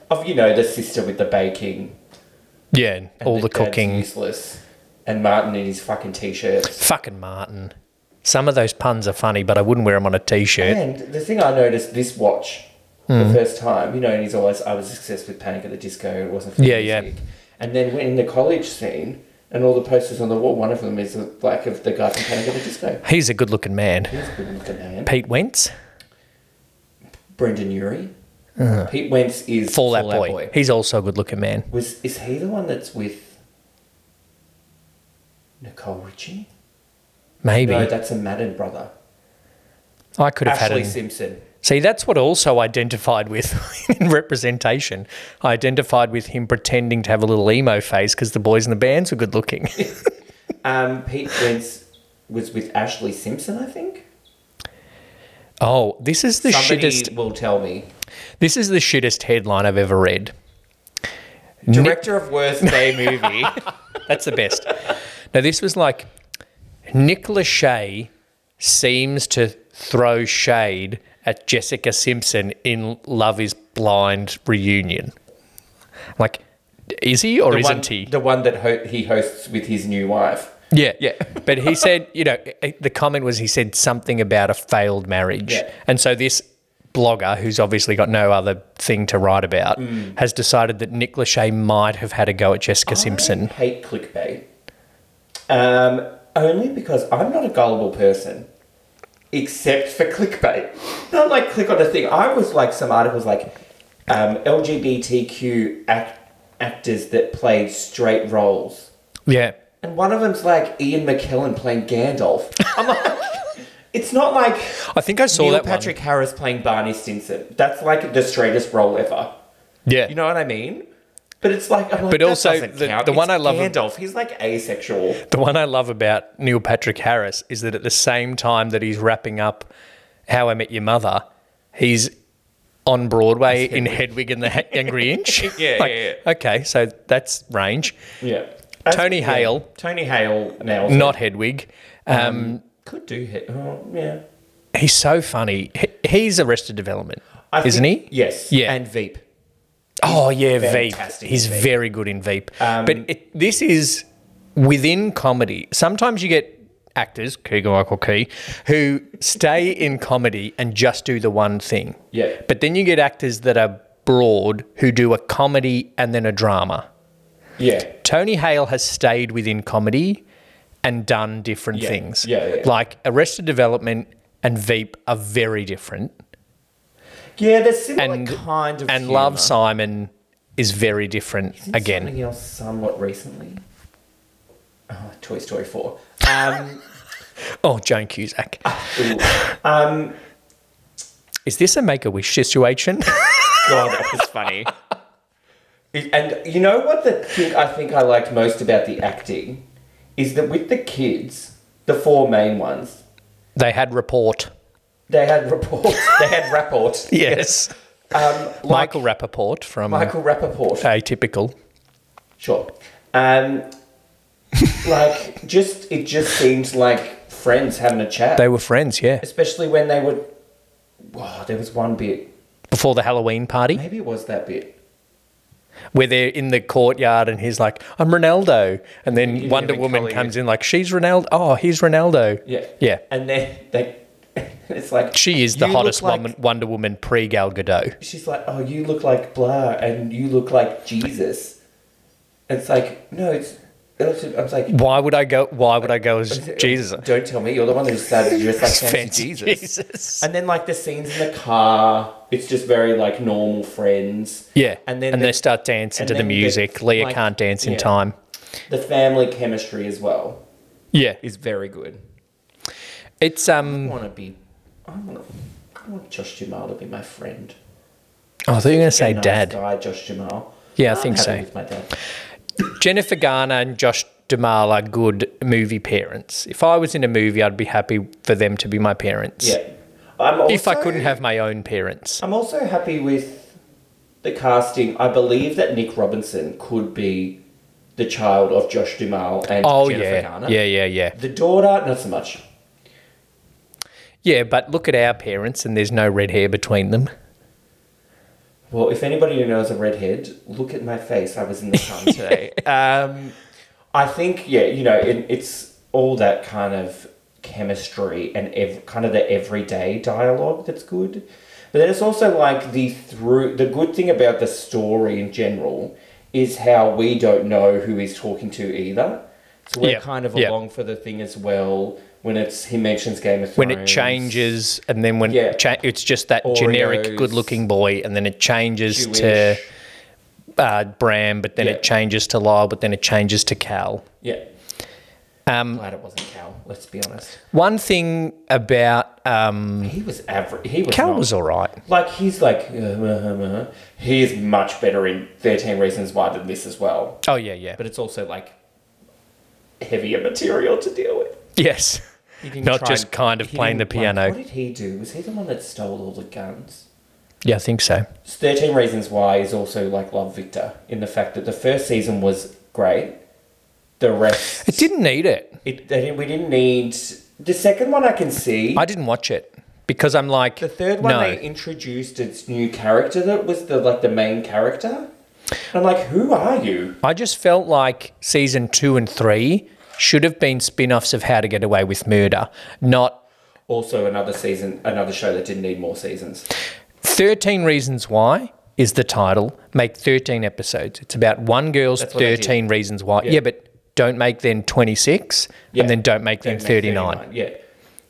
of you know the sister with the baking. yeah, and and all the, dad's cooking. Useless. And Martin in his fucking t-shirts. Fucking Martin. Some of those puns are funny, but I wouldn't wear them on a t-shirt. And the thing I noticed this watch Hmm. the first time, you know, and he's always I was obsessed with Panic at the Disco. It wasn't for Yeah, the yeah. music. And then in the college scene, and all the posters on the wall, one of them is like of the guy from Panic at the Disco. He's a good-looking man. He's a good looking man. Pete Wentz, Brendan Urie. Pete Wentz is Fallout Uh-huh. Boy. He's also a good-looking man. Was is he the one that's with Nicole Richie? Maybe No, that's a Madden brother. I could have Ashley had him. Simpson. See, that's what I also identified with in representation. I identified with him pretending to have a little emo face because the boys in the bands were good-looking. Um, Pete Wentz was with Ashley Simpson, I think. oh, this is the Somebody shittest. will tell me. This is the shittest headline I've ever read. Director of worst gay movie. That's the best. now this was like Nick Lachey seems to throw shade at Jessica Simpson in Love Is Blind reunion. Like, is he or The isn't one, he? The one that ho- he hosts with his new wife. Yeah, yeah. but he said, you know, eh, the comment was he said something about a failed marriage, Yeah. and so this blogger, who's obviously got no other thing to write about, Mm. has decided that Nick Lachey might have had a go at Oh. Jessica Simpson. I hate clickbait. Um, only because I'm not a gullible person, except for clickbait. Not like click on a thing. I was like some articles like um, LGBTQ act- actors that played straight roles. Yeah. And one of them's like Ian McKellen playing Gandalf. I'm like, it's not like I think I saw Neil that Patrick Harris playing Barney Stinson. That's like the straightest role ever. one. Yeah. You know what I mean? But it's like, I'm like But that also, doesn't the- count. the one It's I love- Gandalf. He's like asexual. The one I love about Neil Patrick Harris is that at the same time that he's wrapping up How I Met Your Mother, he's on Broadway in Hedwig and the Ha- Angry Inch. yeah, Like, yeah. Okay, so that's range. Yeah. Tony yeah. Hale. Tony Hale now Not Hedwig. Um, could do hit. Oh, yeah. he's so funny. He, he's Arrested Development, isn't think- he? Yes. Yeah. And Veep. Oh yeah, Veep. fantastic He's in Veep. Um, very good in Veep. but it, this is within comedy. Sometimes you get actors, Keegan Michael Key, who stay in comedy and just do the one thing. Yeah. But then you get actors that are broad who do a comedy and then a drama. Yeah. Tony Hale has stayed within comedy and done different Yeah, things. yeah, yeah. Like Arrested Development and Veep are very different. Yeah, there's similar And- kind of And humour. Love Simon is very different Isn't again. Something else somewhat recently. Oh, Toy Story 4. Um, Oh, Joan Cusack. ooh. um, Is this a make a wish situation? God, that was funny. It- And you know what the thing I think I liked most about the acting is that with the kids, the four main ones, they had report. they had reports. They had rapport. Yes. Um, like Michael Rappaport from Michael Rappaport. Atypical. Sure. Um, like just it just seemed like friends having a chat, They were friends, yeah. especially when they would. Wow, there was one bit. Before the Halloween party, Maybe it was that bit. where they're in the courtyard and he's like, I'm Ronaldo. And then You Wonder even Woman colour you. comes in like, she's Ronaldo. Oh, he's Ronaldo. Yeah. Yeah. And then they, it's like She is the "You look hottest like woman, Wonder Woman pre Gal Gadot. she's like, "Oh, you look like blah, and you look like Jesus." It's like, no, it's. I was like, Why would I go? Why would I go as Jesus? Don't tell me you're the one who started to dress like fancy, Fancy Jesus. Jesus. And then like the scenes in the car, it's just very like normal friends. Yeah. and then they the, start dancing and to the then the- music. Leah like- can't dance in yeah. time. the family chemistry as well Yeah. is very good. It's um. I want to be. I want. I want Josh Jamal to be my friend. Oh, I thought you were going to say nice dad. guy, Josh Jamal. Yeah, I I'm think happy so. With my dad. Jennifer Garner and Josh Duhamel are good movie parents. If I was in a movie, I'd be happy for them to be my parents. I'm also, If I couldn't have my own parents. I'm also happy with the casting. I believe that Nick Robinson could be the child of Josh Duhamel and Oh Jennifer yeah, Garner. yeah, yeah, yeah, The daughter, not so much. yeah. But look at our parents, and there's no red hair between them. Well, if anybody who knows a redhead, look at my face. I was in the sun today. um, I think, yeah, you know, it, it's all that kind of chemistry and ev- kind of the everyday dialogue that's good. But then it's also like the through the good thing about the story in general is how we don't know who he's talking to either. So we're Yeah, kind of yeah. along for the thing as well. When it's he mentions Game of Thrones, When it changes, and then when Yeah. it cha- it's just that generic Oreos. good-looking boy, and then it changes to Jewish. uh, Bram, but then Yeah. it changes to Lyle, but then it changes to Cal. yeah. Um, Glad it wasn't Cal. Let's be honest. One thing about um, He was average. He was Cal not- was all right. Like he's like uh, uh, uh, uh. he's much better in Thirteen Reasons Why than this as well. Oh yeah, yeah. But it's also like heavier material to deal with. yes, You can not try just and- kind of he playing the didn't- like, piano. what did he do? Was he the one that stole all the guns? yeah, I think so. Thirteen Reasons Why is also like Love Victor in the fact that the first season was great. The rest, It didn't need it. it, they didn't, we didn't need the second one. I can see. I didn't watch it because I'm like The third one No, they introduced its new character that was the like the main character. And I'm like, who are you? I just felt like season two and three should have been spin-offs of How to Get Away with Murder, not Also another season another show that didn't need more seasons. Thirteen Reasons Why. Is the title make thirteen episodes? It's about one girl's That's what they did. thirteen reasons why. Yeah. Yeah. but don't make then twenty six, Yeah. and then don't make them They made thirty nine. Yeah.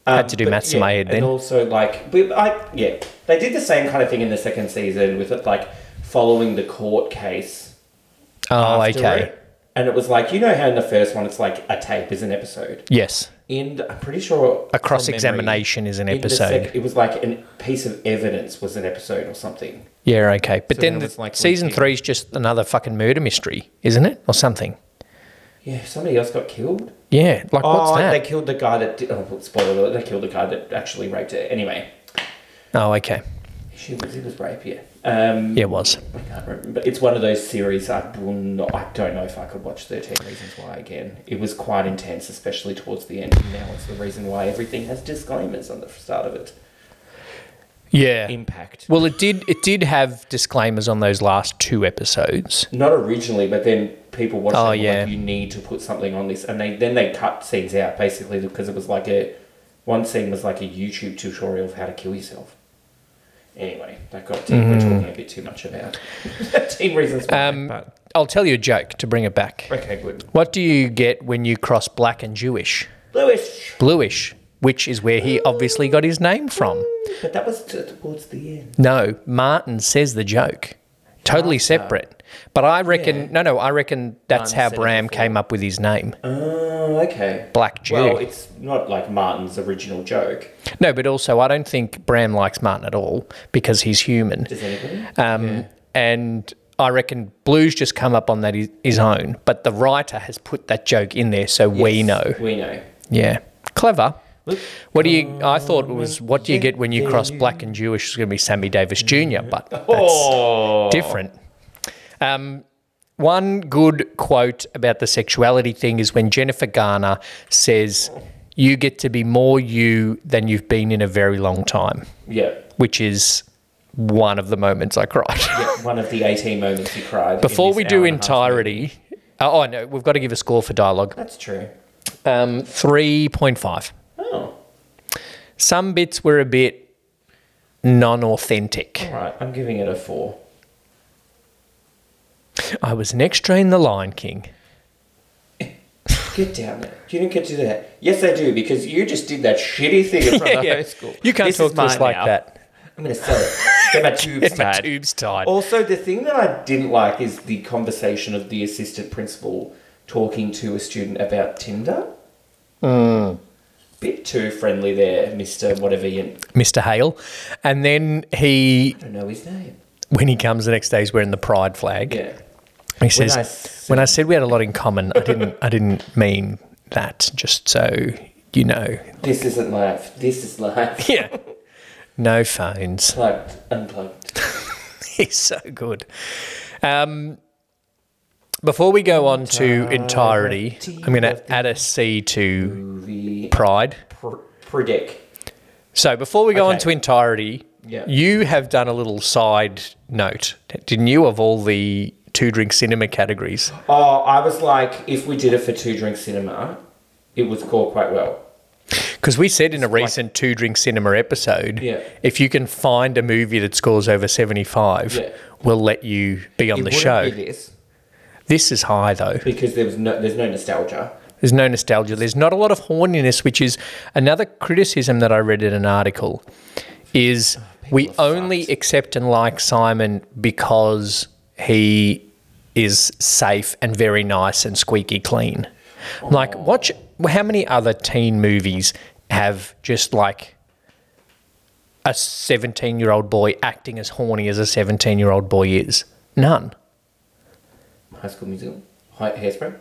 Had Um, to do but maths in my yeah, head And then. also like but I yeah. They did the same kind of thing in the second season with it like following the court case. Oh, after okay. it. And it was like, you know how in the first one it's like a tape is an episode. Yes. In the- I'm pretty sure A from cross examination memory, is an in the episode. sec- it was like a piece of evidence was an episode or something. yeah, okay. But So then, then the it's like season linking. three is just another fucking murder mystery, isn't it? Or something. Yeah, somebody else got killed. Yeah. Like, oh, what's that? they killed the guy that. Did, oh, spoiler alert! They killed the guy that actually raped her. Anyway, Oh, okay. she was. It was rape. Yeah. Um, Yeah, it was. I can't remember. It's one of those series I will not. I don't know if I could watch Thirteen Reasons Why again. It was quite intense, especially towards the end. And now it's the reason why everything has disclaimers on the start of it. Yeah. Impact. well, it did. It did have disclaimers on those last two episodes. Not originally, but then people watched. Oh, it and were yeah. Like, you need to put something on this, and they then they cut scenes out basically because it was like a one scene was like a YouTube tutorial of how to kill yourself. Anyway, that got deep. We're talking a bit too much about teen reasons why. Mm-hmm. Um, but, I'll tell you a joke to bring it back. okay, good. What do you get when you cross black and Jewish? Bluish, Bluish, which is where he obviously got his name from. but that was t- towards the end. No, Martin says the joke. Totally separate. But I reckon, Yeah. no, no, I reckon that's Martin how said it Bram before. came up with his name. Oh, okay. Black Jew. Well, it's not like Martin's original joke. No, but also I don't think Bram likes Martin at all because he's human. Does anybody? Um, And I reckon Blues just come up on that his, his own, but the writer has put that joke in there, so we Yes, know. We know. Yeah, clever. Look, What do you? I thought it was what do you get when you cross you- black and Jewish? Is going to be Sammy Davis Jr., but that's Mm-hmm. Oh, different. Um, one good quote about the sexuality thing is when Jennifer Garner says, "You get to be more you than you've been in a very long time," yeah. which is one of the moments I cried. One of the 18 moments you cried. in Before this we hour do and a half minute. entirety, oh oh, no, we've got to give a score for dialogue. That's true. Um, Three point five. Oh, Some bits were a bit non-authentic. all right. I'm giving it a four. I was an extra in The Lion King. Get down there. You didn't get to do that. Yes, I do, because you just did that shitty thing in front of the Yeah, high school. You can't This talk is to us mine like now. that. I'm going to sell it. Get my tubes Get my tied. tubes tied. Also, the thing that I didn't like is the conversation of the assistant principal talking to a student about Tinder. Bit too friendly there, Mr. Whatever you Mr. Hale. And then he, I don't know his name. when he comes the next day, he's wearing the pride flag. Yeah. He says, when I, s- said we had a lot in common, I didn't, I didn't mean that. Just so you know, This isn't life. This is life. yeah, no phones. Plugged, unplugged. He's so good. Um, before we go on to entirety, I'm going to add a C to Movie. pride. Pr- predict. So before we go on Okay. to entirety, Yeah. you have done a little side note, didn't you, of all the two drink cinema categories? Oh, I was like, if we did it for Two Drink Cinema, it would score quite well. Because we said in a recent two drink cinema episode, Yeah. if you can find a movie that scores over 75, Yeah. we'll let you be on it the wouldn't show. Be this This is high though. because there was no, there's no nostalgia. There's no nostalgia. There's not a lot of horniness, which is another criticism that I read in an article. Is we are only accept and like Simon because he is safe and very nice and squeaky clean. Like, watch how many other teen movies have just like a 17 year old boy acting as horny as a 17 year old boy is? None. High School Musical, Hi- Hairspray,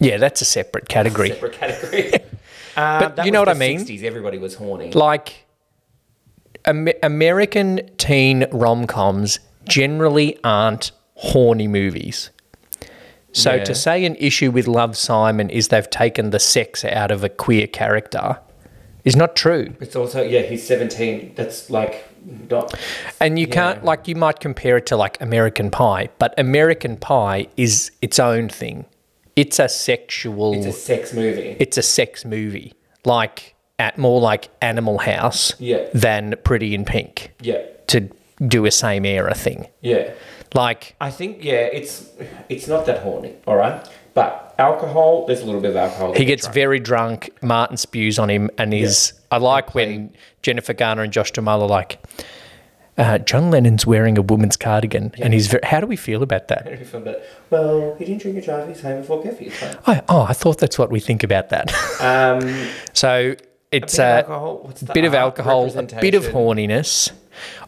Yeah, that's a separate category. separate category. Uh, But that you know was what the I mean? 60s, everybody was horny. like Am- American teen rom coms generally aren't horny movies. So Yeah. to say an issue with Love Simon is they've taken the sex out of a queer character is not true. It's also yeah, he's 17. That's like not. And you can't like you might compare it to like American Pie, but American Pie is its own thing. It's a sexual It's a sex movie. it's a sex movie. Like at more like Animal House Yeah. than Pretty in Pink. Yeah, to do a same era thing. yeah. Like, I think yeah, it's it's not that horny. All right, but alcohol. There's a little bit of alcohol. he gets very drunk, Martin spews on him, and he's. I like when Jennifer Garner and Josh Duhamel are like, uh, John Lennon's wearing a woman's cardigan, and he's very. How do we feel about that? From that. Well, he didn't drink or drive. He's home before curfew. It's fine. I, oh, I thought that's what we think about that. Um, so it's bit of a alcohol. What's the bit of art? alcohol, a bit of Representation. horniness.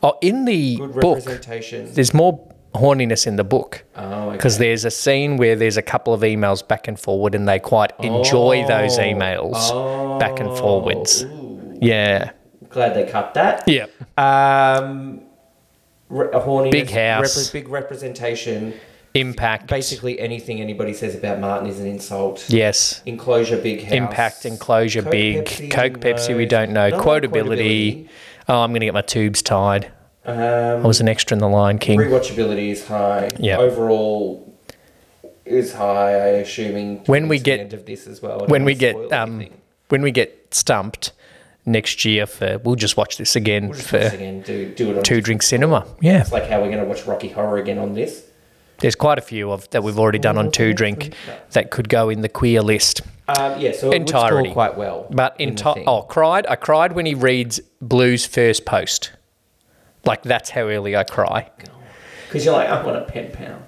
Oh, in the Good book, representation. there's more horniness in the book. Oh, okay. because there's a scene where there's a couple of emails back and forward and they quite enjoy those Oh. emails back and forwards Ooh. yeah Glad they cut that. yeah Um, re- a horniness, Big house. repre- big representation. impact Basically, anything anybody says about Martin is an insult. yes Enclosure, big house. impact enclosure Coke, big Pepsi, coke no. pepsi we don't know No quotability. oh i'm gonna get my tubes tied i Um, was an extra in the lion king rewatchability is high. Yeah. Overall is high. I assuming When we towards the get- end of this as well. I don't when we wanna get spoil um anything. when we get stumped next year for we'll just watch this again We'll just for once again do do it on. two drink cinema yeah It's like how we're going to watch Rocky Horror again on this. there's quite a few of that we've already done on two drink that could go in the queer list Um, yeah, so it would Entirety. score quite well. But in in the to- thing. oh, cried. I cried when he reads Blue's first post. Like that's how early I cry. because you're like, I want a pen pal.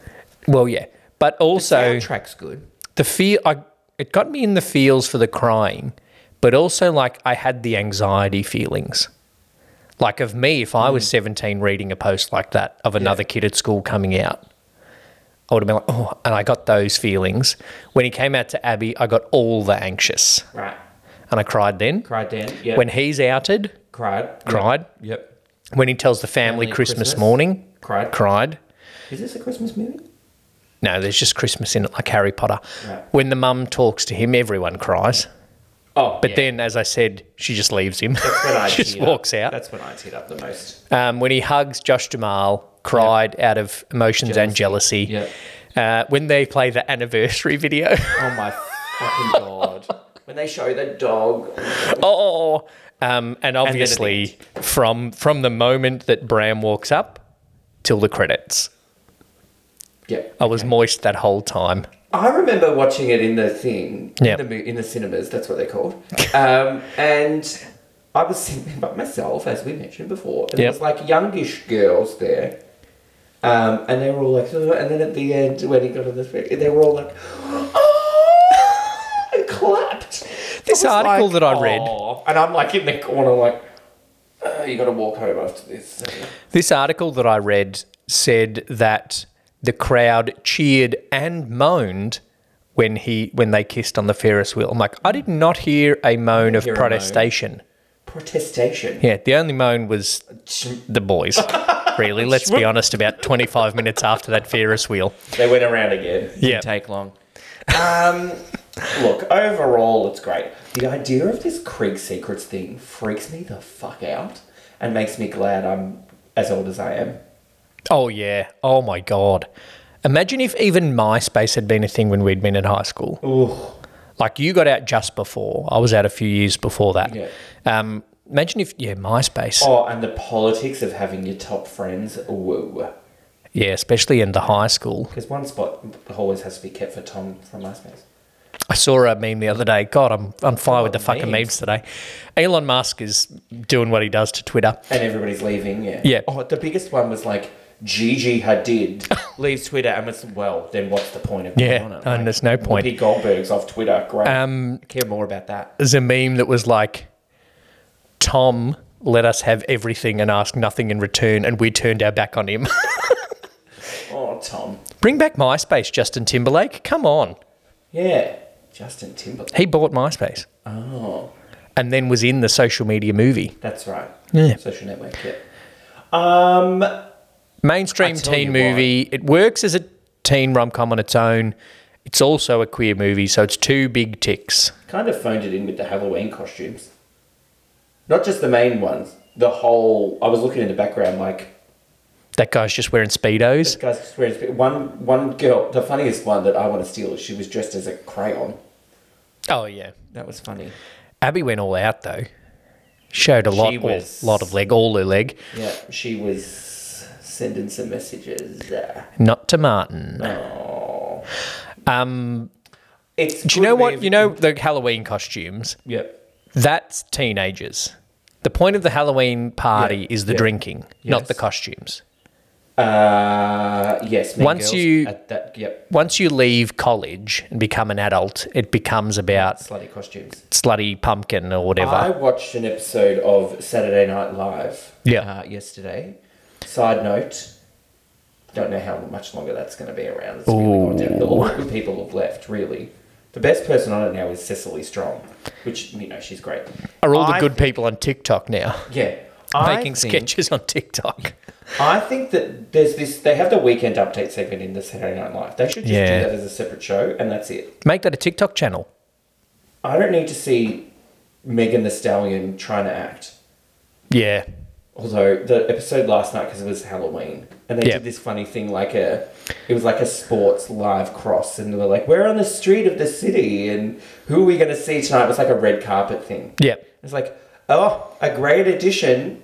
Well, yeah, but also soundtrack's good. the feel. I it got me in the feels for the crying, but also like I had the anxiety feelings. Like of me, if I was Hmm. seventeen reading a post like that of another kid at school coming out, I would have been like, oh, and I got those feelings. When he came out to Abby, I got all the anxious, Right. and I cried then. Cried Dan. Yeah. When he's outed, cried. cried. Yep. when he tells the family, Family Christmas, Christmas. morning, Cried. cried. Is this a Christmas movie? No, there's just Christmas in it, like Harry Potter. Right. When the mum talks to him, everyone cries. Oh, But yeah. then, as I said, she just leaves him. That's when I she just teared up. walks out. That's when I teared up the most. Um, when he hugs Josh Jamal, cried out of emotions and jealousy. Yeah. Uh, when they play the anniversary video, Oh my fucking god! When they show the dog, oh, um, and at the obviously from from the moment that Bram walks up till the credits, yeah. I was moist that whole time. I remember watching it in the thing, Yeah. in, the, mo- in the cinemas. That's what they're called. Um, and I was sitting there by myself, as we mentioned before. Yep. And There was like youngish girls there, um, and they were all like, "Ugh," and then at the end when he got on the screen, they were all like, oh, and clapped. This was article that I read- "Aw." and I'm like in the corner, like, "Uh, you got to walk home after this. This article that I read said that the crowd cheered and moaned when he when they kissed on the Ferris wheel. I'm like, I did not hear a moan of hear a moan. protestation. Protestation. Yeah, the only moan was the boys. Really, let's be honest. About 25 minutes after that Ferris wheel, They went around again. Didn't Yeah. take long. Um, look, overall, it's great. The idea of this Krieg Secrets thing freaks me the fuck out and makes me glad I'm as old as I am. Oh yeah. Oh my god. Imagine if even MySpace had been a thing when we'd been in high school. Like you got out just before. I was out a few years before that. Yeah. Um, imagine if yeah, MySpace. Oh, and the politics of having your top friends. Woo. Yeah, especially in the high school. Because one spot always has to be kept for Tom from MySpace. I saw a meme the other day. God, I'm on fire with the fucking memes. memes today. Elon Musk is doing what he does to Twitter. And everybody's leaving, yeah. Yeah. Oh, the biggest one was like Gigi Hadid leaves Twitter and it's well, then what's the point of being Yeah, on it? and there's no point. Whoopi Goldberg's off Twitter, great. Um, care more about that. There's a meme that was like, Tom let us have everything and ask nothing in return, and we turned our back on him. Oh, Tom. Bring back MySpace, Justin Timberlake. Come on. Yeah. Justin Timberlake. He bought MySpace Oh, and then was in the social media movie. that's right. Yeah. Social network, yeah. Um, Mainstream I tell teen you what. movie. It works as a teen rom com on its own. It's also a queer movie, so it's two big ticks. kind of phoned it in with the Halloween costumes. Not just the main ones, the whole. I was looking in the background like, That guy's just wearing Speedos. Guys, just wearing spe- one one girl. The funniest one that I want to steal. is She was dressed as a crayon. Oh, yeah. That was funny. Abby went all out, though. Showed a lot, She all- was- lot of leg, all her leg. Yeah, she was sending some messages. Uh, Not to Martin. oh, Um, it's. do you know what? You know the Halloween costumes? Yep. That's teenagers. The point of the Halloween party Yeah, is the yeah. drinking, not the Yes. costumes. Uh, yes. Mean Once Girls you- at that, yep. Once you leave college and become an adult, it becomes about Slutty costumes. slutty pumpkin or whatever. I watched an episode of Saturday Night Live. Yeah. Uh, yesterday. Side note. Don't know how much longer that's going to be around. It's really gone down. All the good people have left, really. The best person on it now is Cecily Strong, which, you know, she's great. Are all the I good people on TikTok now Yeah. making think, sketches on TikTok? I think that there's this, they have the weekend update segment in the Saturday Night Live. They should just Yeah. do that as a separate show, and that's it. Make that a TikTok channel. I don't need to see Megan the Stallion trying to act. Yeah. Although the episode last night, because it was Halloween, and they Yeah. did this funny thing like a, it was like a sports live cross, and they were like, "We're on the street of the city, and who are we going to see tonight?" It was like a red carpet thing. Yeah. It's like, oh, a great addition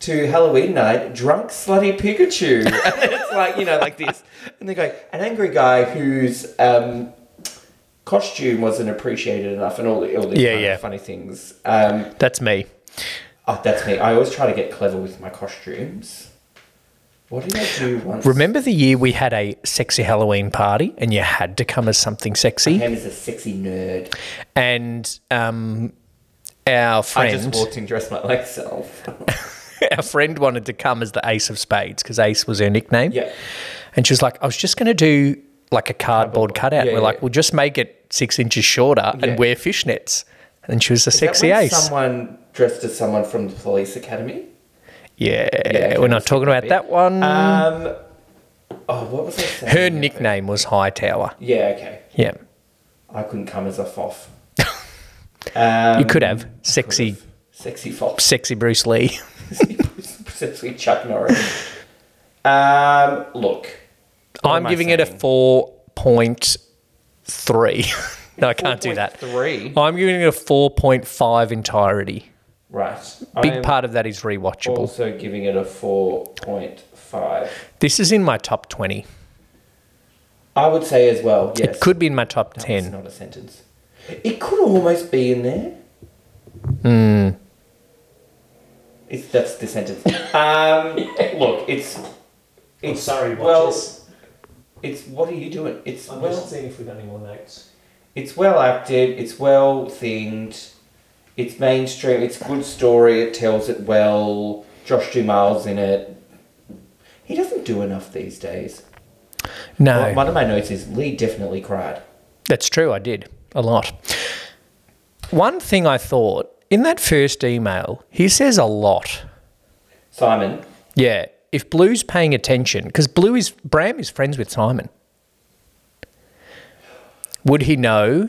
to Halloween night, drunk slutty Pikachu. and it's like, you know, like this. And they go, an angry guy whose um, costume wasn't appreciated enough and all, the- all these Yeah, kind of yeah. funny things. Um, That's me. oh, that's me. I always try to get clever with my costumes. What did I do once? Remember the year we had a sexy Halloween party and you had to come as something sexy? Cam is a sexy nerd. And um, our I friend. just walked in dressed like myself. our friend wanted to come as the Ace of Spades because Ace was her nickname. Yeah. And she was like, I was just going to do like a cardboard cutout. Yeah, We're like, yeah. we'll just make it six inches shorter Yeah. and wear fishnets. And she was a That sexy when ace. Someone dressed as someone from the police academy. yeah, okay, we're we'll not talking about that one. Um, oh, what was I saying? her nickname was Hightower. Yeah, okay. Yeah. I couldn't come as a foff. Um, You could have sexy, Sexy foff. sexy Bruce Lee. sexy Chuck Norris. Um, look. What I'm am I giving it a saying? 4.3. no, I can't do that. 4.3? I'm giving it a 4.5 entirety. Right. Big I'm part of that is rewatchable. also giving it a 4.5. This is in my top 20. I would say as well, yes. It could be in my top It's 10. not a sentence. It could almost be in there. Hmm. That's the sentence. Um, look, it's. It's sorry, Well, watches. it's what are you doing? It's well. seeing if we've got any more notes. It's well acted. It's well themed. It's mainstream. It's a good story. It tells it well. Josh Duhamel's in it. He doesn't do enough these days. No, Well, one of my notes is Lee definitely cried. That's true. I did a lot. One thing I thought in that first email, he says a lot. Simon, Yeah. If Blue's paying attention, because Blue is, Bram is friends with Simon. Would he know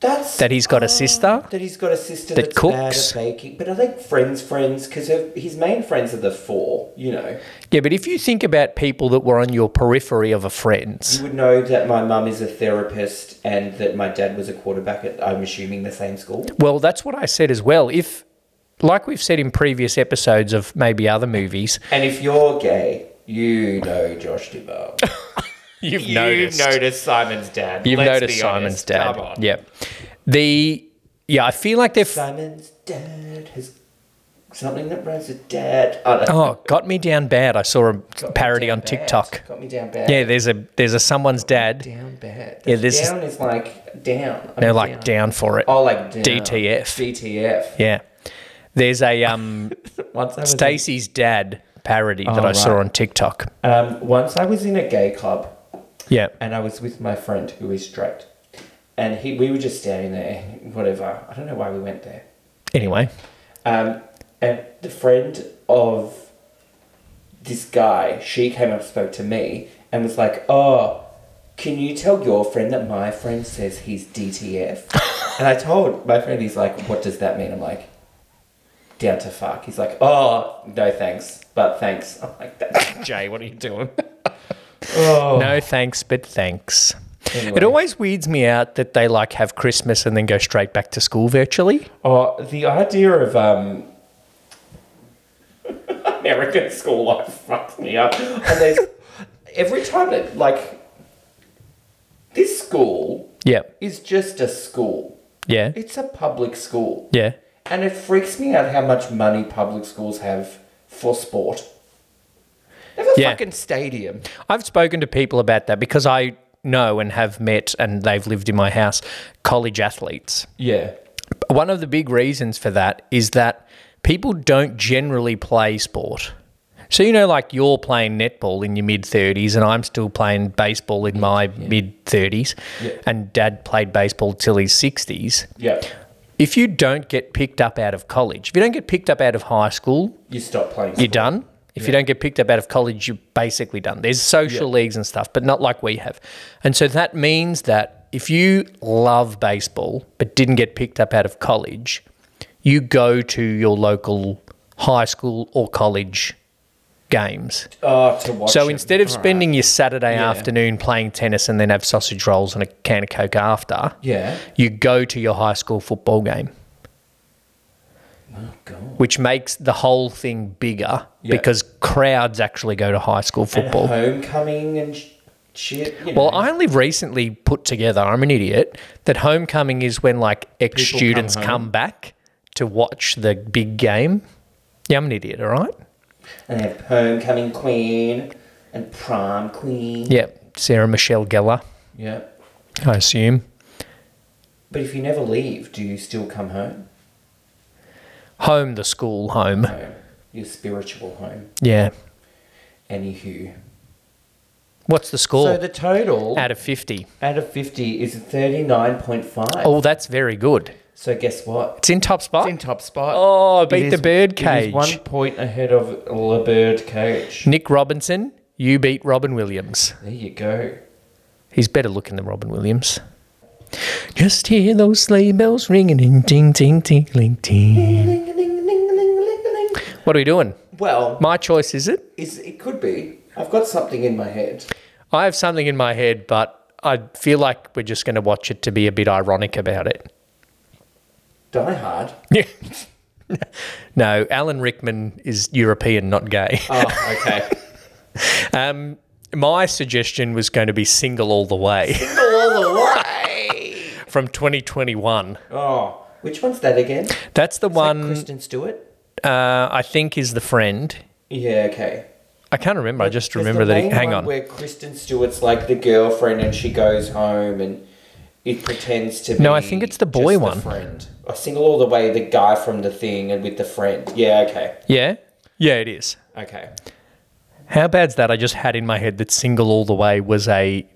that's that he's got a sister? that he's got a sister That that's bad cooks. at baking. But I think friends, friends, because his main friends are the four. You know, Yeah, but if you think about people that were on your periphery of a friend's, you would know that my mum is a therapist and that my dad was a quarterback at. I'm assuming the same school. Well, that's what I said as well. If, like we've said in previous episodes of maybe other movies, And if you're gay, you know Josh Duhamel. you've, Simon's dad. you've noticed Simon's dad. Yeah. The yeah, I feel like they're. F- Simon's dad has something that rhymes with dad. I don't know. oh, got me down bad. I saw a Got me parody down on bad. TikTok. Got me down bad. Yeah, there's a there's a someone's dad. Down bad. Yeah, this is- down is, like down. I'm They're like down for it. Oh, like down. DTF. DTF. Yeah. There's a um Once I was in, Stacy's dad parody that I saw Oh, right. on TikTok. um, once I was in a gay club Yeah. and I was with my friend who is straight, and he we were just standing there, whatever. I don't know why we went there. Anyway. Um, and the friend of this guy, she came up and spoke to me and was like, Oh, can you tell your friend that my friend says he's DTF? and I told my friend, he's like, What does that mean? I'm like, Down to fuck. He's like, Oh, no thanks, but thanks. I'm like, that. Jay, what are you doing? oh. No thanks, but thanks. Anyway. It always weirds me out that they like have Christmas and then go straight back to school virtually. oh, the idea of um, American school life fucks me up. And there's every time that like this school Yeah. is just a school. Yeah. It's a public school. Yeah. And it freaks me out how much money public schools have for sport. They have a Yeah. fucking stadium. I've spoken to people about that because I know and have met and they've lived in my house college athletes. Yeah. One of the big reasons for that is that people don't generally play sport. So, you know, like you're playing netball in your mid 30s, and I'm still playing baseball in my mid 30s, Yeah. and dad played baseball till his 60s. Yeah. If you don't get picked up out of college, if you don't get picked up out of high school, You stop playing you're sport. done. If you don't get picked up out of college, you're basically done. There's social leagues and stuff, but not like we have. And so that means that if you love baseball but didn't get picked up out of college, you go to your local high school or college games. Oh, to watch So it. instead of All right. spending your Saturday afternoon playing tennis and then have sausage rolls and a can of Coke after, Yeah. you go to your high school football game Oh, God. which makes the whole thing bigger Yeah. because crowds actually go to high school football. Homecoming and sh- shit. You well, know. I only recently put together, I'm an idiot, that homecoming is when like ex come students home. come, back to watch the big game. Yeah, I'm an idiot, all right? And they have homecoming queen and prom queen. Yeah, Sarah Michelle Gellar, Yeah. I assume. But if you never leave, do you still come home? Home, the school home. Home. Your spiritual home. Yeah. Anywho. What's the score So the total out of 50? out of 50 is 39.5. Oh, that's very good. So guess what? It's in top spot. It's in top spot. Oh, It beat the is- bird It is cage. one point ahead of the bird cage. Nick Robinson, you beat Robin Williams. There you go. He's better looking than Robin Williams. Just hear those sleigh bells ringing and ding, ding, ding, ling, ding. What are we doing? Well, My choice, is it? is it could be. I've got something in my head. I have something in my head, but I feel like we're just going to watch it to be a bit ironic about it. Die Hard. no, Alan Rickman is European, not gay. Oh, okay. Um, my suggestion was going to be Single All the Way All the way. from 2021. Oh, which one's that again? That's the one Kristen Stewart. uh, I think is the friend. Yeah, okay. I can't remember. I just There's remember the that. main hang one on. Where Kristen Stewart's like the girlfriend, and she goes home, and it pretends to be. No, I think it's the boy just one. friend. I single all the way. The guy from the thing, and with the friend. Yeah, okay, Yeah. Yeah, it is. okay. How bad's that? I just had in my head that Single All the Way was a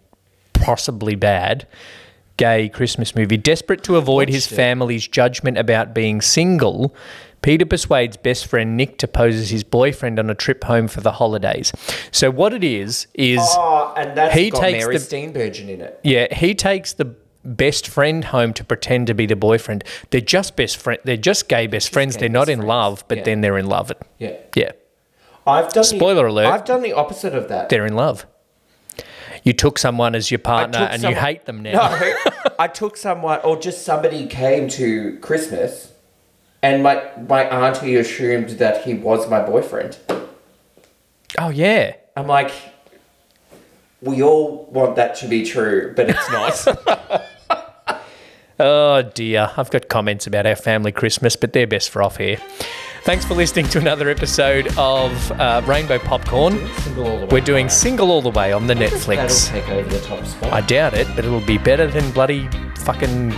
possibly bad gay Christmas movie. Desperate to avoid his family's judgment about being single, Peter persuades best friend Nick to pose as his boyfriend on a trip home for the holidays. So what it is is Oh, and that's He got takes Mary the- Steenburgen in it. yeah, he takes the best friend home to pretend to be the boyfriend. They're just best friend. They're just gay best friends. gay they're not best in friends. love, but Yeah. then they're in love. Yeah. Yeah, I've done Spoiler the, alert. I've done the opposite of that. they're in love. You took someone as your partner took and you someone- hate them now. No, I took someone, or just somebody came to Christmas, and my my auntie assumed that he was my boyfriend. Oh yeah. I'm like, we all want that to be true, but it's not. Oh dear, I've got comments about our family Christmas, but they're best for off here. Thanks for listening to another episode of uh, Rainbow Popcorn. Single All the Way. We're doing Single All the Way on the That'll Netflix. take over the top spot. I doubt it, but it'll be better than bloody fucking.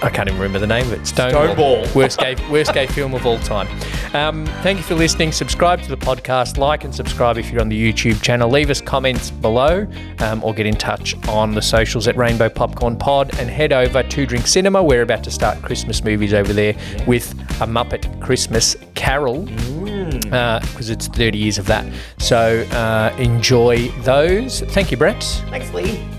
I can't even remember the name of it. Stonewall. Stonewall. worst gay, worst gay film of all time. Um, thank you for listening. Subscribe to the podcast. Like and subscribe if you're on the YouTube channel. Leave us comments below, um, or get in touch on the socials at Rainbow Popcorn Pod. And head over to Drink Cinema. We're about to start Christmas movies over there with a Muppet Christmas Carol Mm. because it's 30 years of that. So uh, enjoy uh, those. Thank you, Brett. Thanks, Lee.